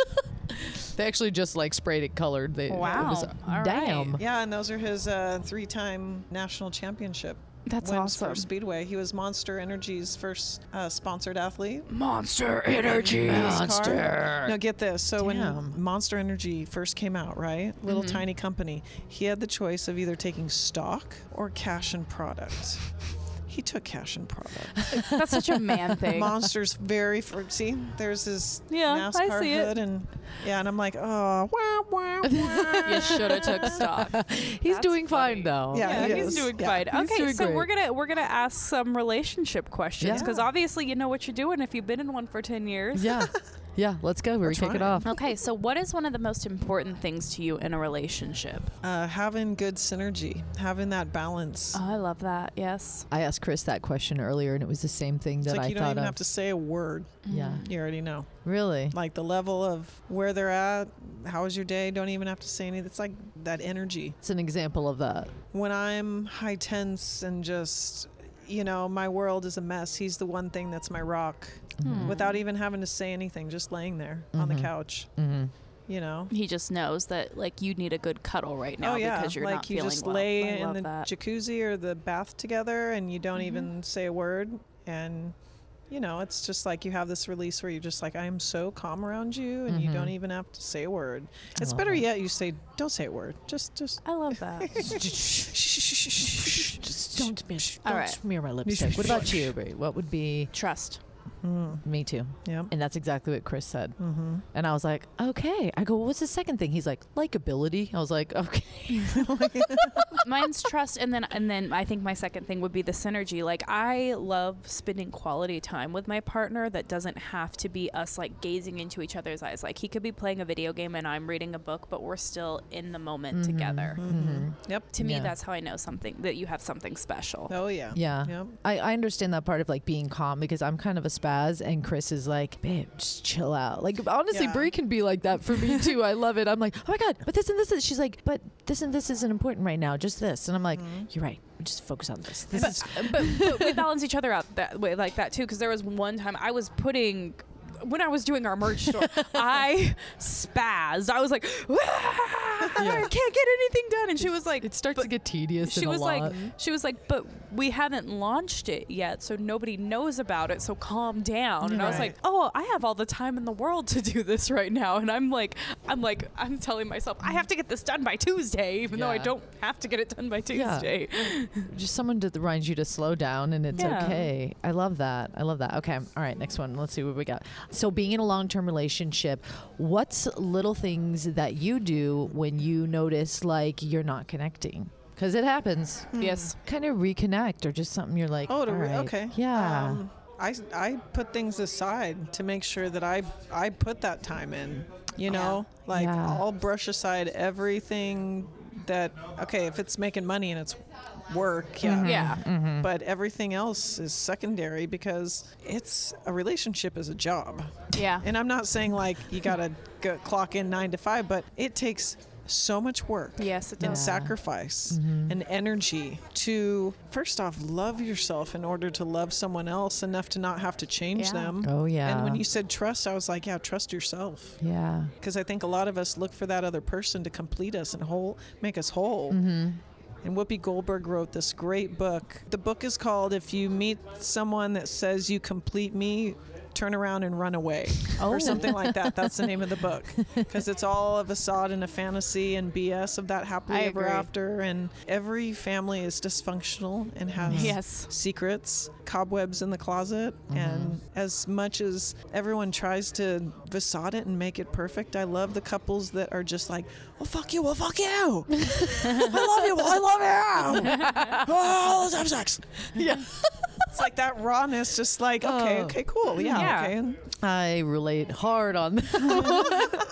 They actually just like sprayed it colored. They, it Wow. was- All damn. right. Yeah, and those are his uh, three-time national championship. That's wins awesome. for Speedway. He was Monster Energy's first uh, sponsored athlete. Monster energy. Monster. No, get this. So Damn. when Monster Energy first came out, right? Little Mm-hmm. tiny company. He had the choice of either taking stock or cash and product. He took cash and product. That's such a man thing. Monster's very fir- see. There's his Yeah, I NASCAR see it. hood and yeah, and I'm like, oh, wow, wow, wow. you should have took stock. He's That's doing funny. fine though. Yeah. Yeah, he he's is. doing Yeah. fine. He's okay, doing so great. we're gonna we're gonna ask some relationship questions Yeah. because obviously you know what you're doing if you've been in one for ten years. Yeah. Yeah, let's go. We're we kick it trying. off. Okay, so what is one of the most important things to you in a relationship? Uh, having good synergy, having that balance. Uh, Oh, I love that. Yes. I asked Chris that question earlier, and it was the same thing it's that like I you don't thought even of. have to say a word. yeah, Mm. You already know. really. Like the level of where they're at, how was your day? Don't even have to say anything. It's like that energy. It's an example of that. when I'm high tense and just, you know, my world is a mess, he's the one thing that's my rock. Hmm. Without even having to say anything, just laying there on the couch, Mm-hmm. Mm-hmm. you know. Mm. He just knows that like you need a good cuddle right now oh yeah, because you're like not you feeling just well. lay I in love the that. Mm-hmm. jacuzzi or the bath together, and you don't even say a word, and you know, it's just like you have this release where you're just like, I am so calm around you, and you don't Mm-hmm. even have to say a word. It's better yet, you say, don't say a word, just, just. I love that. Just don't smear, All don't right. smear my lipstick. What about you, Brie? What would be Trust. mm, me too? Yeah. And that's exactly what Chris said. Mm-hmm. And I was like, okay. I go, what's the second thing? He's like, likability. I was like, okay. Mine's trust, and then and then I think my second thing would be the synergy. Like I love spending quality time with my partner that doesn't have to be us like gazing into each other's eyes. Like he could be playing a video game and I'm reading a book, but we're still in the moment together. Mm-hmm. Yep. To me, Yeah. that's how I know something that you have something special. Oh yeah. Yeah. Yep. I, I understand that part of like being calm because I'm kind of a spaz and Chris is like, babe, just chill out. Like honestly, Yeah. Brie can be like that for me too. I love it. I'm like, oh my God, but this and this is she's like, but this and this isn't important right now, just this. And I'm like, you're right. Just focus on this. This is Mm-hmm. but, but we balance each other out that way like that too because there was one time i was putting when i was doing our merch store i spazzed i was like i can't get anything done and she was like it starts to "But-" get tedious. she in a was like lot. she was like but we haven't launched it yet so nobody knows about it so calm down and i was Right. like oh i have all the time in the world to do this right now and i'm like i'm like i'm telling myself i have to get this done by tuesday even though i Yeah. don't have to get it done by Yeah. tuesday Mm. just someone to reminds you to slow down and it's Yeah. okay. I love that. I love that. Okay. All right. Next one. Let's see what we got. So, being in a long term relationship, what's little things that you do when you notice like you're not connecting? because it happens. Yes. Kind of reconnect or just something you're like, Oh, to "All re- right." okay. Yeah. Um, I, I put things aside to make sure that I I put that time in. You know, like Yeah. I'll brush aside everything that okay if it's making money and it's work, Mm-hmm. yeah. Yeah. But everything else is secondary because it's a relationship is a job. Yeah. And I'm not saying like you gotta go, clock in nine to five, but it takes so much work Yes, it and does. sacrifice Mm-hmm. and energy to first off love yourself in order to love someone else enough to not have to change Yeah. them Oh, and when yeah. you said trust i was like yeah trust yourself yeah. because i think a lot of us look for that other person to complete us and whole make us whole Mm. Mm-hmm. and whoopi goldberg wrote this great book the book is called if you meet someone that says you complete me turn around and run away Oh. or something like that that's the name of the book because it's all a facade and a fantasy and bs of that happily I ever agree. after and every family is dysfunctional and has Yes. Mm-hmm. secrets, cobwebs in the closet, and as much as everyone tries to facade it and make it perfect, I love the couples that are just like, "Well, fuck you, well, fuck you, I love you, well, I love you, oh, let's have sex." Yeah. It's like that rawness, just like, okay, Oh. okay, cool, yeah, Yeah. okay, and I relate hard on that. one.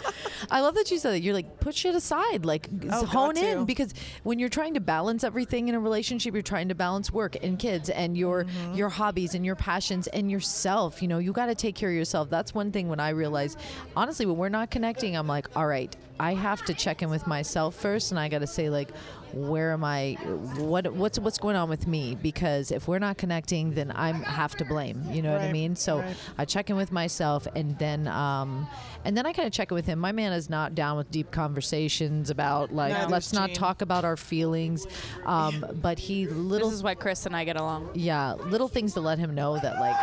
I love that you said that. You're like, put shit aside, like s- Oh, got hone in to. because when you're trying to balance everything in a relationship, you're trying to balance work and kids and your Mm-hmm. your hobbies and your passions and yourself. You know, you got to take care of yourself. That's one thing when I realize, honestly, when we're not connecting, I'm like, all right, I have to check in with myself first, and I got to say like. Where am I? What what's what's going on with me? Because if we're not connecting, then I'm half to blame. You know what I Right, mean? So right. I check in with myself, and then um, and then I kind of check in with him. My man is not down with deep conversations about like Neither is let's not Gene. talk about our feelings, um, but he little This is why Chris and I get along. yeah little things to let him know that like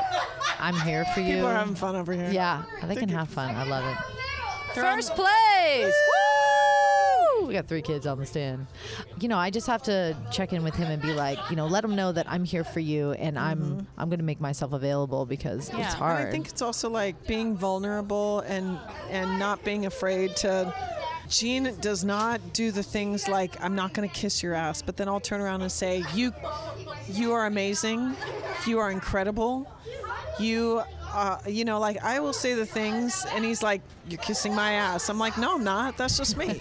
I'm here for you. people are having fun over here. yeah, they can have fun. I love it. First First place. Woo! We got three kids on the stand. You know, I just have to check in with him and be like, you know, let him know that I'm here for you, and I'm I'm going to make myself available because Yeah. it's And I hard. Mm-hmm. And I think it's also like being vulnerable and and not being afraid to. Gene does not do the things like I'm not going to kiss your ass, but then I'll turn around and say you you are amazing, you are incredible, you. Uh, you know, like I will say the things, and he's like, "You're kissing my ass." I'm like, "No, I'm not. That's just me.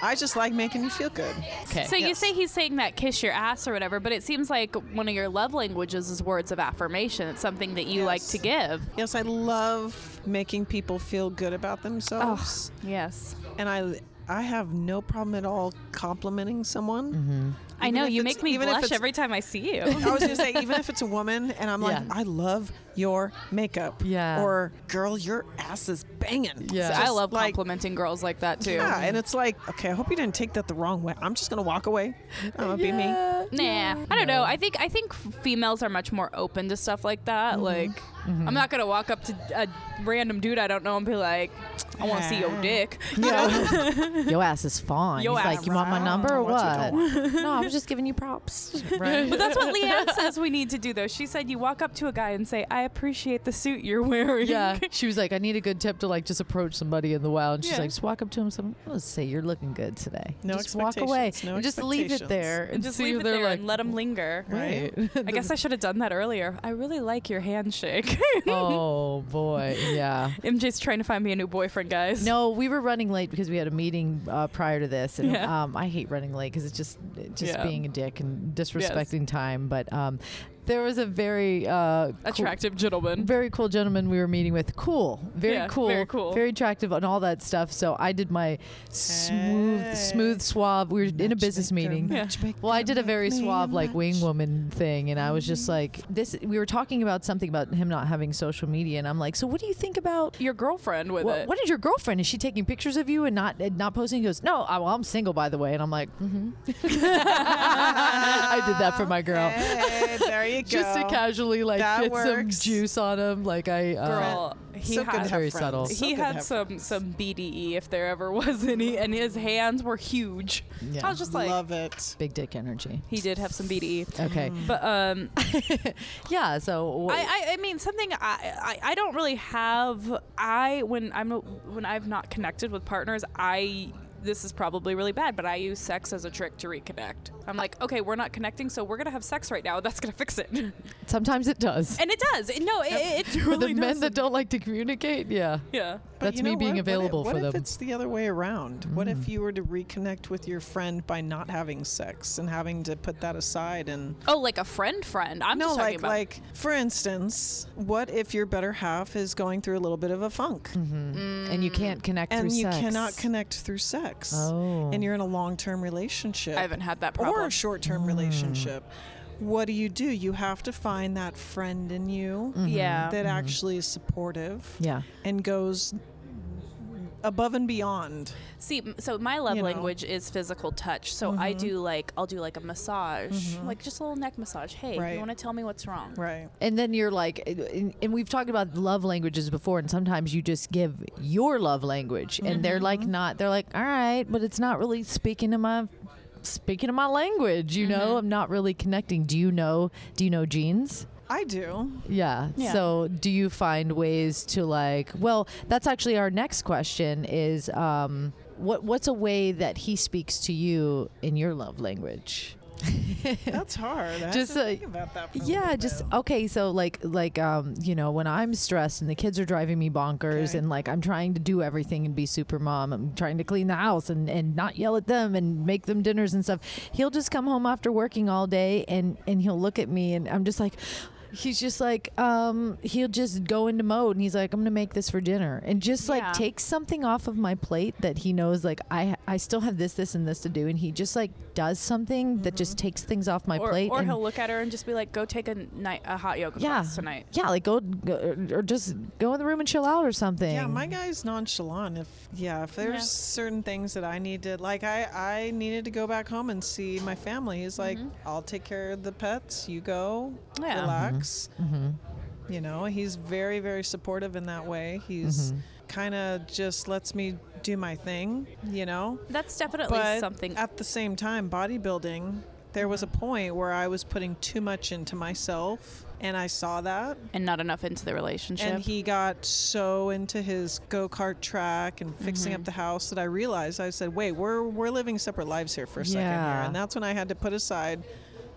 I just like making you feel good." okay. So you say he's saying that kiss your ass or whatever, but it seems like one of your love languages is words of affirmation. It's something that you like to give. Yes, I love making people feel good about themselves. Yes. and I I have no problem at all complimenting someone. Mm-hmm. I know if you it's- make me even if blush it's- every time I see you. I was gonna say even if it's a woman and I'm like Yeah. I love your makeup. Yeah. Or girl, your ass is banging. Yeah. It's I just love like, complimenting girls like that too. Mm-hmm. Yeah, and it's like okay, I hope you didn't take that the wrong way. I'm just gonna walk away. I'm gonna be me. Nah, I don't know. I think I think females are much more open to stuff like that. Mm-hmm. Like, I'm not gonna walk up to a random dude I don't know and be like, "I want to see your dick." You know? Yo ass is fine. Yo He's ass like, you want my around. number or What what? you no, I was just giving you props. Right. but that's what Leanne says we need to do, though. She said you walk up to a guy and say, "I appreciate the suit you're wearing." Yeah. She was like, I need a good tip to like just approach somebody in the wild. And she's Yeah. like, just walk up to him. Some, let's say you're looking good today. No just walk away. expectations, no and just leave it expectations. there. And, and just see leave if it they're there like, and let him linger. Right. right. I guess I should have done that earlier. I really like your handshake. oh boy. Yeah. MJ's trying to find me a new boyfriend, guys. No, we were running late because we had a meeting uh, prior to this, and Yeah. um, I hate running late because it's just it just Yeah. being a dick and disrespecting time. But um, there was a very uh, cool- attractive gentleman. very cool gentleman we were meeting with. Cool, very Yeah, cool, very cool. very attractive, and all that stuff. So I did my smooth, Hey. smooth, suave. We were in a business meeting. Yeah. Well, I did a very suave, like wing woman thing, and I was Mm-hmm. just like, "This." We were talking about something about him not having social media, and I'm like, "So what do you think about?" Your girlfriend with What, it. what is your girlfriend? Is she taking pictures of you and not and not posting? He goes, no, I, well, I'm single, by the way. And I'm like, mm-hmm. I did that for my girl, Hey, there you go. just to casually like That get some works. juice on him. Like I, uh, Girl, he so good to had have Very friends. subtle. So he good to had have some friends. some BDE if there ever was any, and his hands were huge. Yeah. I was just like, love it. big dick energy. he did have some BDE, Mm. Okay. but um, Yeah. So wh- I, I, I mean something I, I I don't really have I when I'm when I've not connected with partners I this is probably really bad, but I use sex as a trick to reconnect. I'm like, okay, we're not connecting, so we're gonna have sex right now. That's gonna fix it, and Sometimes it does. it does. It, no, it, it For totally the men does. that don't like to communicate, yeah. yeah. But That's you me know being what? What if- available what for if them. Mm. it's the other way around? What if you were to reconnect with your friend by not having sex and having to put that aside and Oh, like a friend, friend. I'm no, just talking like about. like for instance, what if your better half is going through a little bit of a funk And you can't connect and through you Mm, sex. cannot connect through sex, Oh. and you're in a long-term relationship? I haven't had that or problem. a Hmm. short-term relationship. What do you do? You have to find that friend in you Mm. Mm-hmm. yeah. Mm-hmm. that actually is supportive Yeah. and goes above and beyond. See, m- so my love You know. Mm-hmm. language is physical touch. So I do like I'll do like a massage, like just a little neck massage. Hey, Right. you want to tell me what's wrong? Right. And then you're like, and, and we've talked about love languages before, and sometimes you just give your love language, and they're like, not, they're like, all right, but it's not really speaking to my. Speaking of my language, you know, I'm not really connecting. Do you know? Do you know jeans? I do. Yeah. Yeah. So, do you find ways to like? Well, that's actually our next question. Is um, what what's a way that he speaks to you in your love language? That's hard. I Just, just to uh, think about that. For a yeah little just bit. okay so like like um you know when i'm stressed and the kids are driving me bonkers Okay. and like i'm trying to do everything and be super mom i'm trying to clean the house and and not yell at them and make them dinners and stuff he'll just come home after working all day and and he'll look at me and i'm just like He's just like, um, he'll just go into mode and he's like, I'm gonna make this for dinner and just like Yeah. take something off of my plate that he knows like I I still have this, this and this to do and he just like does something that just Mm-hmm. takes things off my Or, plate. or and he'll look at her and just be like, "Go take a night a hot yoga yeah class tonight." yeah like go, go or just go in the room and chill out or something Yeah, my guy's nonchalant. If yeah, if there's Yeah. certain things that I need to like, I I needed to go back home and see my family. He's like, Mm-hmm. I'll take care of the pets. You go, Yeah. Mhm. relax. You know, he's very very supportive in that way. He's kind of just lets me do my thing. You know, That's definitely but something. at the same time, bodybuilding. There was a point where I was putting too much into myself, and I saw that. and not enough into the relationship. And he got so into his go kart track and fixing up the house that I realized I said, "Wait, we're we're living separate lives here for a second here." Yeah. And that's when I had to put aside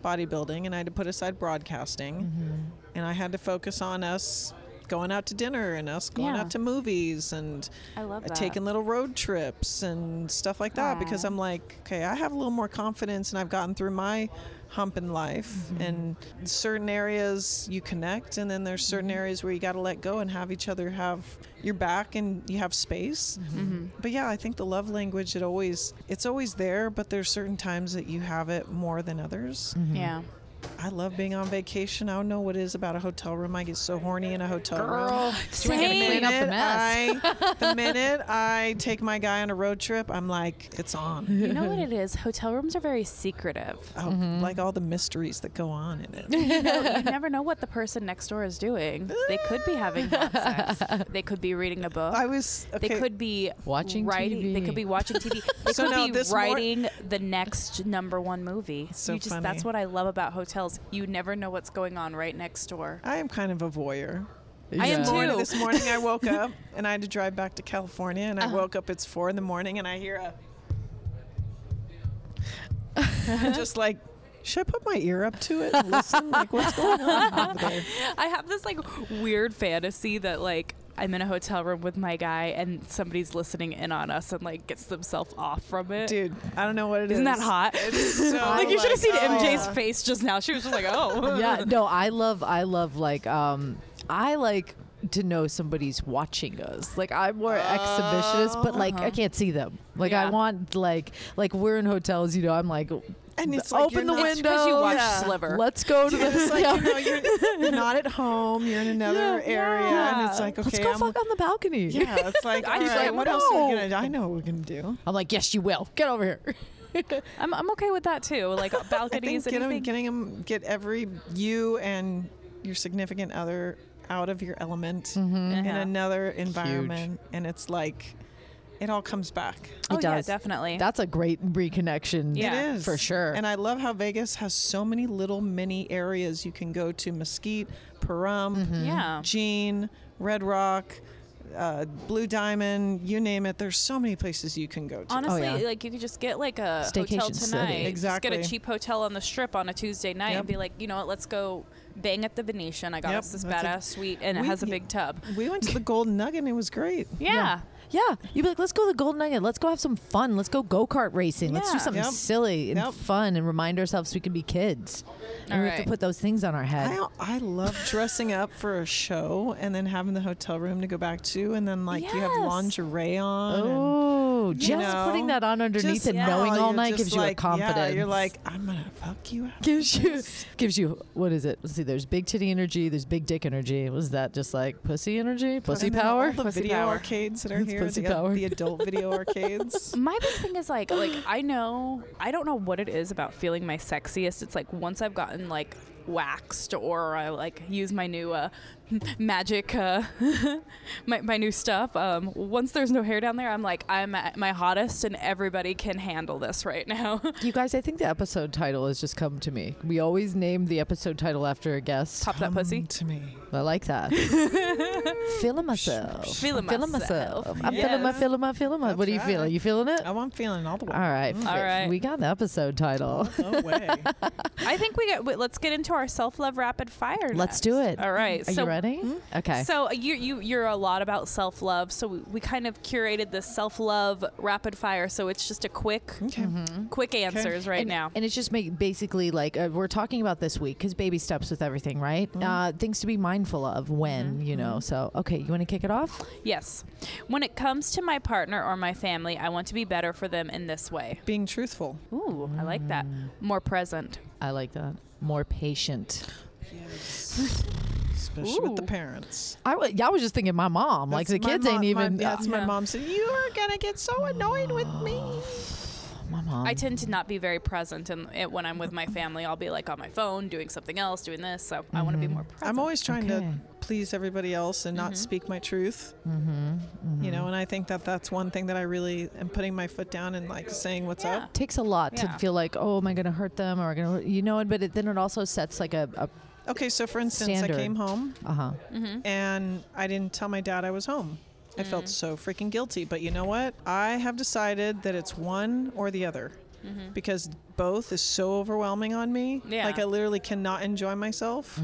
bodybuilding and I had to put aside broadcasting, and I had to focus on us going out to dinner and us going Yeah. out to movies and I love uh, that. taking little road trips and stuff like that because Aw. I'm like, okay, I have a little more confidence and I've gotten through my hump in life. And certain areas you connect, and then there's certain areas where you got to let go and have each other have your back and you have space. Mm-hmm. Mm-hmm. But yeah, I think the love language it always it's always there, but there's certain times that you have it more than others. yeah. I love being on vacation. I don't know what it is about a hotel room. I get so horny in a hotel room. Same. The minute, up the mess. I, the minute I take my guy on a road trip, I'm like, it's on. you know what it is? Hotel rooms are very secretive. Oh, Mm-hmm. Like all the mysteries that go on in it. You, know, you never know what the person next door is doing. They could be having hot sex. They could be reading a book. I was okay. They could be Watching writing. They TV. could be watching TV. They So could now be this mor- writing the next number one movie. So you just, funny. That's what I love about hotels. You never know what's going on right next door. I am kind of a voyeur. I am Yeah. This morning, too. this morning I woke up and I had to drive back to California, and Uh-huh. I woke up. It's four in the morning, and I hear a. I'm just like, should I put my ear up to it and listen? Like, what's going on over there? I have this like weird fantasy that like I'm in a hotel room with my guy and somebody's listening in on us and like gets themselves off from it. Dude, I don't know what it is. Isn't that hot? So, like you should have seen oh, MJ's yeah. face just now. She was just like, oh. yeah no i love i love like um i like to know somebody's watching us like i'm more exhibitionist but like Uh-huh. i can't see them like i Yeah. want like like we're in hotels you know i'm like And it's like open you're the not- It's window 'cause you watched Yeah. Sliver. let's go to the It's like, yeah. you know, you're, you're not at home. You're in another Yeah. area, and it's Yeah. like, okay, let's go I'm, fuck on the balcony yeah, it's like, I all just right, don't what else are we know. gonna? do? I know what we're gonna do. i'm like yes you will get over here I'm, I'm okay with that too. Like I think balconies, get 'em- anything. getting 'em- get every you and your significant other out of your element in Mm-hmm. Uh-huh. another environment, and it's like, it all comes back. Oh It yeah, does. definitely. that's a great reconnection Yeah. It is for sure And I love how Vegas has so many little mini Mm-hmm. areas you can go to: Mesquite, Pahrump, yeah. Jean, Red Rock, uh, Blue Diamond, you name it. There's so many places you can go to. Honestly, Oh, yeah. like you could just get like a hotel Staycation tonight. city. Exactly. Just get a cheap hotel on the strip on a Tuesday night Yep. and be like, you know what, let's go bang at the Venetian. I got Yep, us this that's badass suite and it We- has a big tub. we went to the Golden Nugget and it was great. Yeah. Yeah, you'd be like, let's go to the Golden Nugget. Let's go have some fun. Let's go go kart racing. Let's do Yeah. something Yep. silly and Yep. fun and remind ourselves we can be kids. And we have Alright. to put those things on our head. I, I love dressing up for a show and then having the hotel room to go back to, and then like you have Yes. lingerie on. and- Oh, you just know, putting that on underneath just- and yeah, knowing all you're night just gives you a like, confidence. Yeah, you're like, I'm gonna fuck you up. gives you gives you what is it? Let's see. There's big titty energy. There's big dick energy. Was that just like pussy energy, pussy And then all power? the Pussy video power. arcades that are It's here, pussy the, power. the adult video arcades. My big thing is like, like I know, I don't know what it is about feeling my sexiest. It's like once I've gotten like waxed or I like use my new uh, magic, uh, my, my new stuff. Um, once there's no hair down there, I'm like, I'm at my hottest and everybody can handle this right now. You guys, I think the episode title has just come to me. We always name the episode title after a guest. Pop that pussy. Come to me. I like that. feeling myself. Feeling myself. I'm feeling my Yes. feeling my feeling my. What That's are you right. feeling? You feeling it? Oh, I'm feeling all the way. All right. All right. We got the episode title. No way. I think we get. Wait, let's get into our self love rapid fire. Let's next. do it. All right. Are so, you ready? Okay. So uh, you you you're a lot about self love. So we, we kind of curated this self love rapid fire. So it's just a quick Okay. Mm-hmm. quick answers right and, now. And it's just make, basically like uh, we're talking about this week because baby steps with everything, right? Uh, things to be mindful of when, you know. So, okay, you want to kick it off? yes. When it comes to my partner or my family, I want to be better for them in this way. Being truthful. Ooh, I like that. More present. I like that. More patient. Yes. Especially with the Ooh. parents. I wa- yeah, I was just thinking my mom. like the That's my kids mom- ain't my- even. uh, that's my Yeah. mom said, You are going to get so annoyed with me. my mom. I tend to not be very present, and it, when I'm with my family, I'll be like on my phone, doing something else, doing this. So I want to be more present. I'm always trying Okay. to please everybody else and not speak my truth. You know, and I think that that's one thing that I really am putting my foot down and like saying what's Yeah. up. takes a lot Yeah. to feel like, oh, am I going to hurt them or going to, you know, but it, then it also sets like a, a Okay, so for instance, Standard. I came home uh huh. and I didn't tell my dad I was home. I Mm. felt so freaking guilty. But you know what? I have decided that it's one or the other because both is so overwhelming on me. Mm-hmm. Yeah. Like I literally cannot enjoy myself.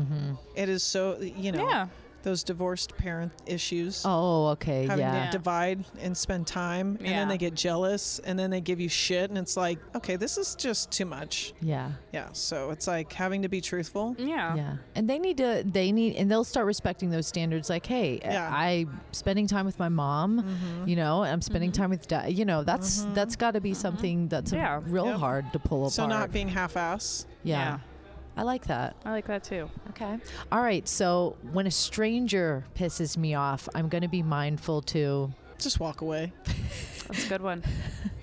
It is so, you know, Yeah. those divorced parent issues. Oh, okay. Having yeah. Yeah. to divide and spend time, and Yeah. then they get jealous, and then they give you shit, and it's like, okay, this is just too much. Yeah. Yeah, so it's like having to be truthful. yeah. Yeah. And they need to, they need, and they'll start respecting those standards. Like, hey, Yeah. Mm-hmm. I spending time with my mom, you know, I'm spending time with dad, you know, that's, that's gotta be something that's a Yeah. real Yep. hard to pull So apart. not being half-ass. yeah. Yeah. I like that. I like that too. Okay. All right. So when a stranger pisses me off, I'm going to be mindful to, Just walk away. That's a good one.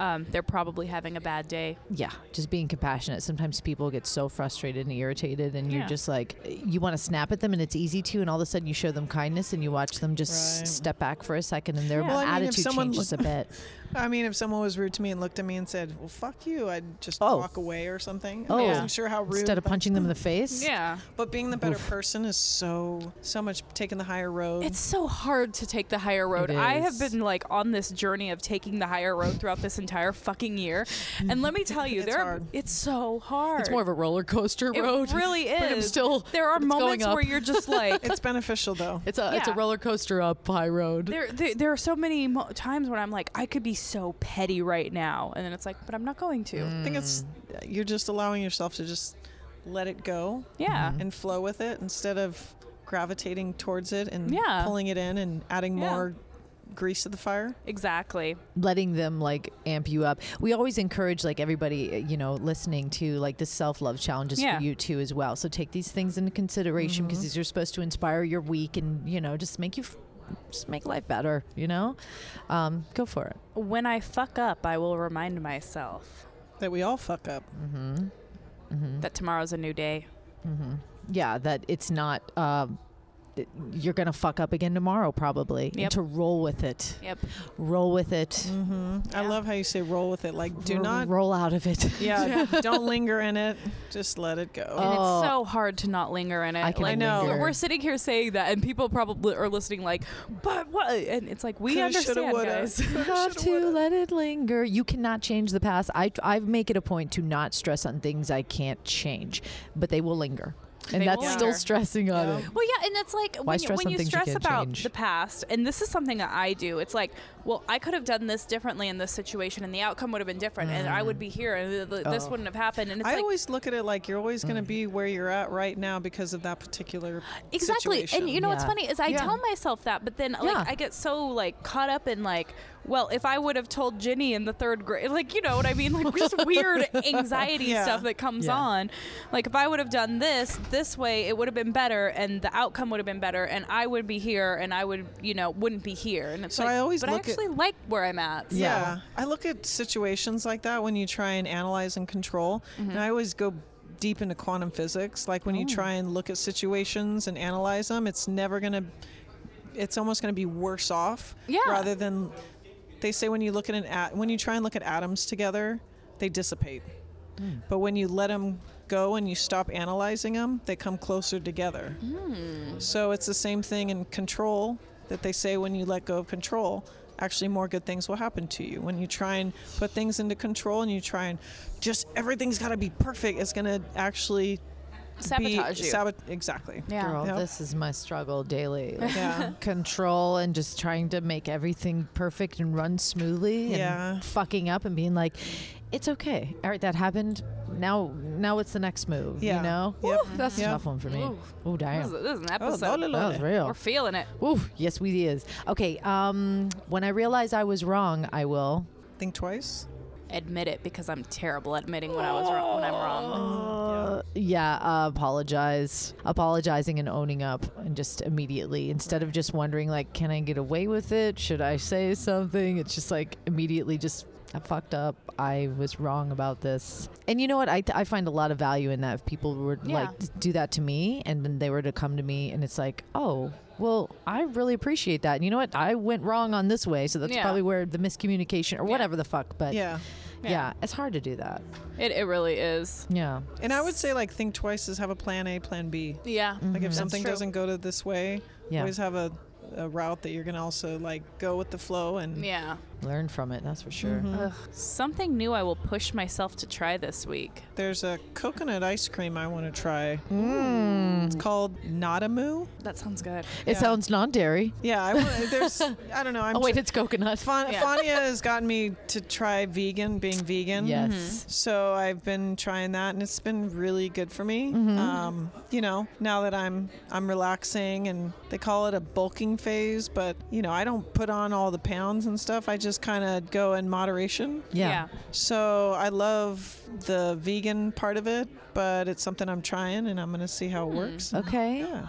Um, they're probably having a bad day. yeah, just being compassionate. Sometimes people get so frustrated and irritated, and Yeah. you're just like, you want to snap at them, and it's easy to. And all of a sudden, you show them kindness, and you watch them just Right. step back for a second, and their Yeah. Well, I mean, if attitude someone changes look- a bit. I mean, if someone was rude to me and looked at me and said, "Well, fuck you," I'd just Oh. walk away or something. I Oh. wasn't sure how rude. Instead of but- punching them in the face. Yeah. but being the better person is so so much taking the higher road. It's so hard to take the higher road. Mm. It I have is. been like on this journey of taking the higher road throughout this entire fucking year. And let me tell you, It's there are, hard. it's so hard. It's more of a roller coaster it road. really is. But I'm still. there are it's going moments up. where you're just like it's beneficial though. It's a it's a yeah. roller coaster up high road. there, there there are so many mo- times when I'm like I could be so petty right now and then it's like but I'm not going to. Mm-hmm. I think it's Mm. you're just allowing yourself to just let it go Yeah. Mm. and flow with it instead of gravitating towards it and Yeah. pulling it in and adding Yeah. more grease to the fire. Exactly. letting them like amp you up. We always encourage like everybody, uh, you know, listening to like the self love challenges Yeah. Mm-hmm. for you too as well. So take these things into consideration because these are supposed to inspire your week and you know just make you f- just make life better. You know, um, go for it. When I fuck up, I will remind myself That we all fuck up. Mm-hmm. that tomorrow's a new day. Yeah, that it's not. Um, you're going to fuck up again tomorrow, probably. and Yep. to roll with it. Yep. Roll with it. I love how you say roll with it. Like, do R- not. roll out of it. Yeah, don't linger in it. Just let it go. And Oh. it's so hard to not linger in it. I can like, know. we're- linger. We're sitting here saying that, and people probably are listening, like, but what? And it's like, we Coulda, shoulda, understand, woulda. guys. Coulda, have shoulda, to woulda. let it linger. You cannot change the past. I, I make it a point to not stress on things I can't change, but they will linger. And They that's will still linger. stressing on it. Well, yeah, and it's like Why when, you, stress when on you things you stress can't about change? the past, and this is something that I do. It's like, well, I could have done this differently in this situation, and the outcome would have been different, and I would be here, and th- th- this Mm. Oh. wouldn't have happened. And it's I like, always look at it like you're always going to Mm. be where you're at right now because of that particular exactly and you know what's Yeah. funny is i Yeah. tell myself that but then Yeah. like i get so like caught up in like well if i would have told jenny in the third grade like you know what i mean like just weird anxiety Yeah. stuff that comes Yeah. on like if i would have done this this way it would have been better and the outcome would have been better and i would be here and i would you know wouldn't be here and it's So like I always but look i at- actually like where i'm at yeah. I look at situations like that when you try and analyze and control, Mm-hmm. and I always go deep into quantum physics. Like when you Oh. try and look at situations and analyze them, it's never going to. It's almost going to be worse off. Yeah. Rather than, they say when you look at an at when you try and look at atoms together, they dissipate. But when you let them go and you stop analyzing them, they come closer together. Hmm. So it's the same thing in control that they say when you let go of control, actually more good things will happen to you. When you try and put things into control and you try and just everything's got to be perfect, it's going to actually sabotage be you sabot- exactly. yeah Girl, Yep. this is my struggle daily. Like, Yeah. Control and just trying to make everything perfect and run smoothly and Yeah. fucking up and being like, it's okay. All right, that happened. Now, now what's the next move? Yeah. You know? Yep. Woo, that's Yep. a tough one for me. Oh, this is, damn. this is an Oh, episode lolly That was lolly. real. we're feeling it Ooh, yes, we is. Okay. Um, when I realize I was wrong, I will. Think twice. admit it because i'm terrible at admitting when i was wrong when i'm wrong Oh. Uh, yeah, uh, apologize, apologizing and owning up, and just immediately instead of just wondering like, can I get away with it? Should I say something? It's just like immediately just. I fucked up. I was wrong about this. And you know what? I, I find a lot of value in that. If people were Yeah. like, to do that to me and then they were to come to me and it's like, oh, well, I really appreciate that. And you know what? I went wrong on this way. So that's Yeah. probably where the miscommunication or whatever the fuck. But Yeah. yeah. it's hard to do that. It, it really is. Yeah. And I would say like think twice is have a plan A, plan B. Yeah. Mm-hmm. Like if something true. doesn't go to this way, Yeah. always have a, a route that you're going to also like go with the flow and Yeah. Learn from it. That's for sure. Mm-hmm. Something new I will push myself to try this week. There's a coconut ice cream I want to try. Mm-hmm. It's called Natamu. That sounds good. Mm. It Yeah. sounds non-dairy. Yeah, I want, there's I don't know. I'm Oh wait, tr- it's coconut. Fa- Yeah. Fania has gotten me to try vegan, being vegan. Yes. So I've been trying that, and it's been really good for me. Um, you know, now that I'm I'm relaxing, and they call it a bulking phase, but you know, I don't put on all the pounds and stuff. I just kind of go in moderation. Yeah. So I love the vegan part of it, but it's something I'm trying, and I'm gonna see how it works. Okay. Yeah.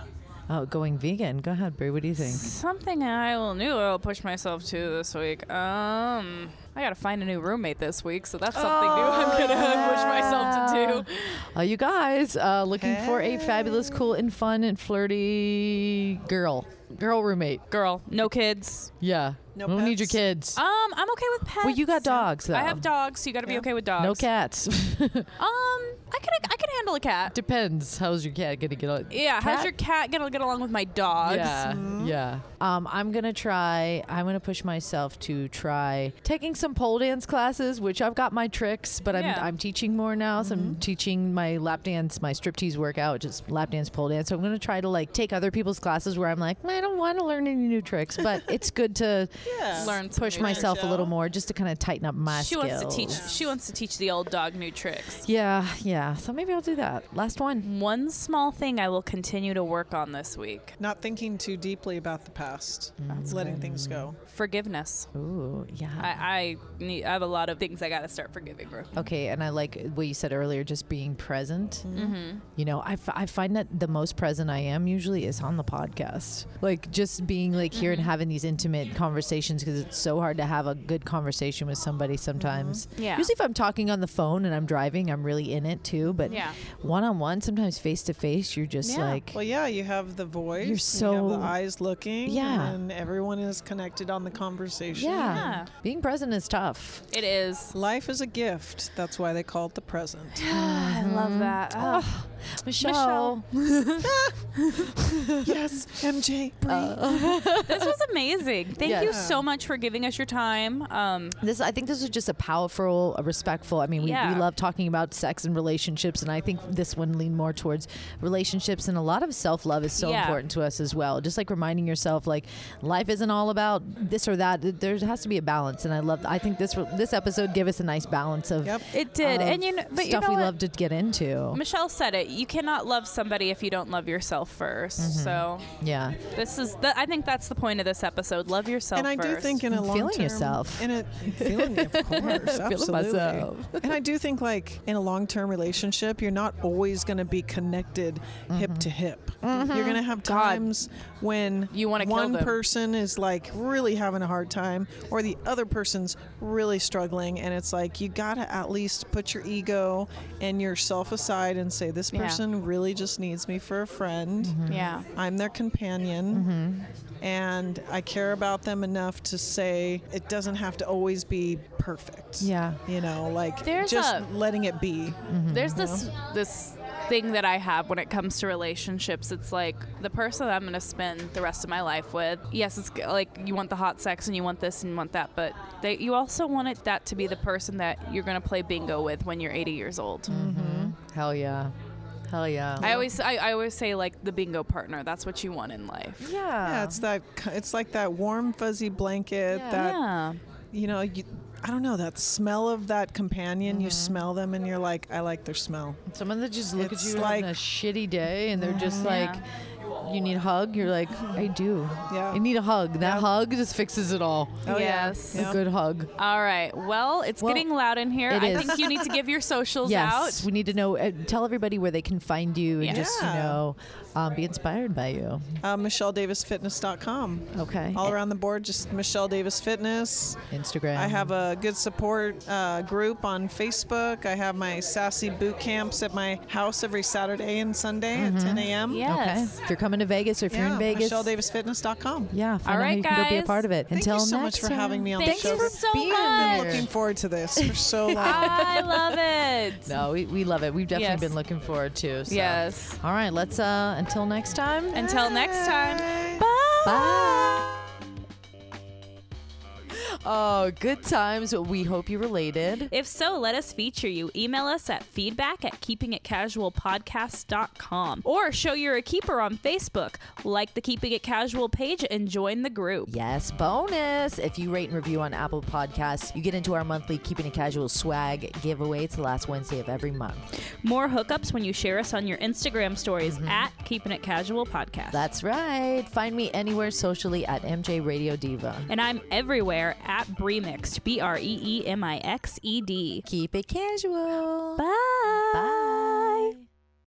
Oh, going vegan. Go ahead, Brie. What do you think? Something I will new I will push myself to this week. Um, I gotta find a new roommate this week, so that's something new I'm gonna push myself to do. Uh, you guys uh, looking for a fabulous, cool, and fun and flirty girl, girl roommate. Girl, no kids. Yeah. No we don't need your pets? kids. Um, I'm okay with pets. Well, you got dogs, though. I have dogs, so you gotta be okay with dogs. no cats. Um, I can I can handle a cat. Depends. How's your cat gonna get on? yeah. How's your cat gonna get along with my dogs? Yeah, yeah. Um, I'm gonna try. I'm gonna push myself to try taking some pole dance classes, which I've got my tricks, but I'm Yeah. Mm-hmm. I'm teaching more now. So I'm teaching my lap dance, my striptease workout, which is lap dance, pole dance. So I'm gonna try to like take other people's classes where I'm like, "Mm, I don't want to learn any new tricks, but it's good to Yeah. Learn some push new myself a Michelle. little more, just to kind of tighten up my She skills. wants to teach. She wants to teach the old dog new tricks. Yeah, yeah. So maybe I'll do that. Last one. One small thing I will continue to work on this week Not thinking too deeply about the past, letting things go. forgiveness. Ooh, yeah. I, I need. I have a lot of things I got to start forgiving. Ruth. Okay, and I like what you said earlier, just being present. Mm-hmm. You know, I, f- I find that the most present I am usually is on the podcast. Like just being like here Mm-hmm. and having these intimate conversations because it's so hard to have a good conversation with somebody sometimes. Mm-hmm. Yeah. Usually, if I'm talking on the phone and I'm driving, I'm really in it too, but Yeah. one on one, sometimes face to face, you're just Yeah. like Well, yeah, you have the voice. You're you have so- the eyes looking. Yeah. and everyone is connected on the conversation. yeah. Yeah. Being present is tough. It is. Life is a gift. That's why they call it the present. I love that. Oh. Michelle. yes, MJ, breathe. uh, this was amazing. Thank you Yes. so much for giving us your time. Um, This I think this was just a powerful, a respectful. I mean, we, Yeah. we love talking about sex and relationships, and I think this one leaned more towards relationships and a lot of self love is so Yeah. important to us as well. Just like reminding yourself, like life isn't all about this or that. There has to be a balance, and I love. I think this this episode gave us a nice balance of Yep. it did, of and you know, but stuff you know we what? love to get into. Michelle said it. You cannot love somebody if you don't love yourself 1st So Yeah, this is. The, I think that's the point of this episode. Love yourself. And I do first. think in a long Feeling term, yourself. In a feeling, of course, absolutely. myself. And I do think like in a long term relationship, you're not always going to be connected hip to hip. You're going to have times when Mm-hmm. You wanna kill one them. person is like really having a hard time, or the other person's really struggling, and it's like you got to at least put your ego and yourself aside and say this Yeah. Mm-hmm. person really just needs me for a friend. Yeah. I'm their companion, Mm-hmm. and I care about them enough to say it doesn't have to always be perfect. Yeah. you know, like There's just a- Mm-hmm. letting it be. There's this Mm-hmm. this thing that I have when it comes to relationships. It's like the person that I'm going to spend the rest of my life with. Yes, it's g- like you want the hot sex and you want this and you want that, but they, you also want it that to be the person that you're going to play bingo with when you're 80 years old. Mm-hmm. hell yeah, hell yeah. I always I, I always say like the bingo partner. That's what you want in life. Yeah, it's that. It's like that warm fuzzy blanket. That yeah. you know, you, I don't know that smell of that companion. You Mm-hmm. smell them, and you're like, I like their smell. Someone that just look It's at you like- on a shitty day and they're just like, you need a hug? You're like, I do. Yeah. I need a hug. That hug just fixes it all. Oh, yeah. yes. Yeah. A good hug. All right. Well, it's Well, getting loud in here. it I is. think you need to give your socials Yes. out. We need to know. Uh, tell everybody where they can find you and Yeah. just, you Yeah. know, um, be inspired by you. Uh, MichelleDavisFitness.com. Okay. All around the board, just Michelle Davis Fitness. Instagram. I have a good support uh, group on Facebook. I have my sassy boot camps at my house every Saturday and Sunday Mm-hmm. at 10 a.m. Okay. Yes. If you're coming to Vegas or if you're in Vegas. MichelleDavisFitness.com. yeah. Find out right, how you can go be a guys. part of it. Thank Until you so next much for time. having me on Thank the show. you so being here. I've much. been looking forward to this for so long. I love it. No, we, we love it. We've definitely Yes. been looking forward to. So. Yes. All right. Let's, uh, until next time. Until next time. Bye. Oh, good times. We hope you related. If so, let us feature you. Email us at feedback at keepingitcasualpodcast.com or show you're a keeper on Facebook. Like the Keeping It Casual page and join the group. Yes, bonus. If you rate and review on Apple Podcasts, you get into our monthly Keeping It Casual swag giveaway. It's the last Wednesday of every month. More hookups when you share us on your Instagram stories Mm-hmm. at Keeping It Casual Podcast. That's right. Find me anywhere socially at MJ Radio Diva. and I'm everywhere at Bremixed, B R E E M I X E D. Keep it casual. Bye. Bye.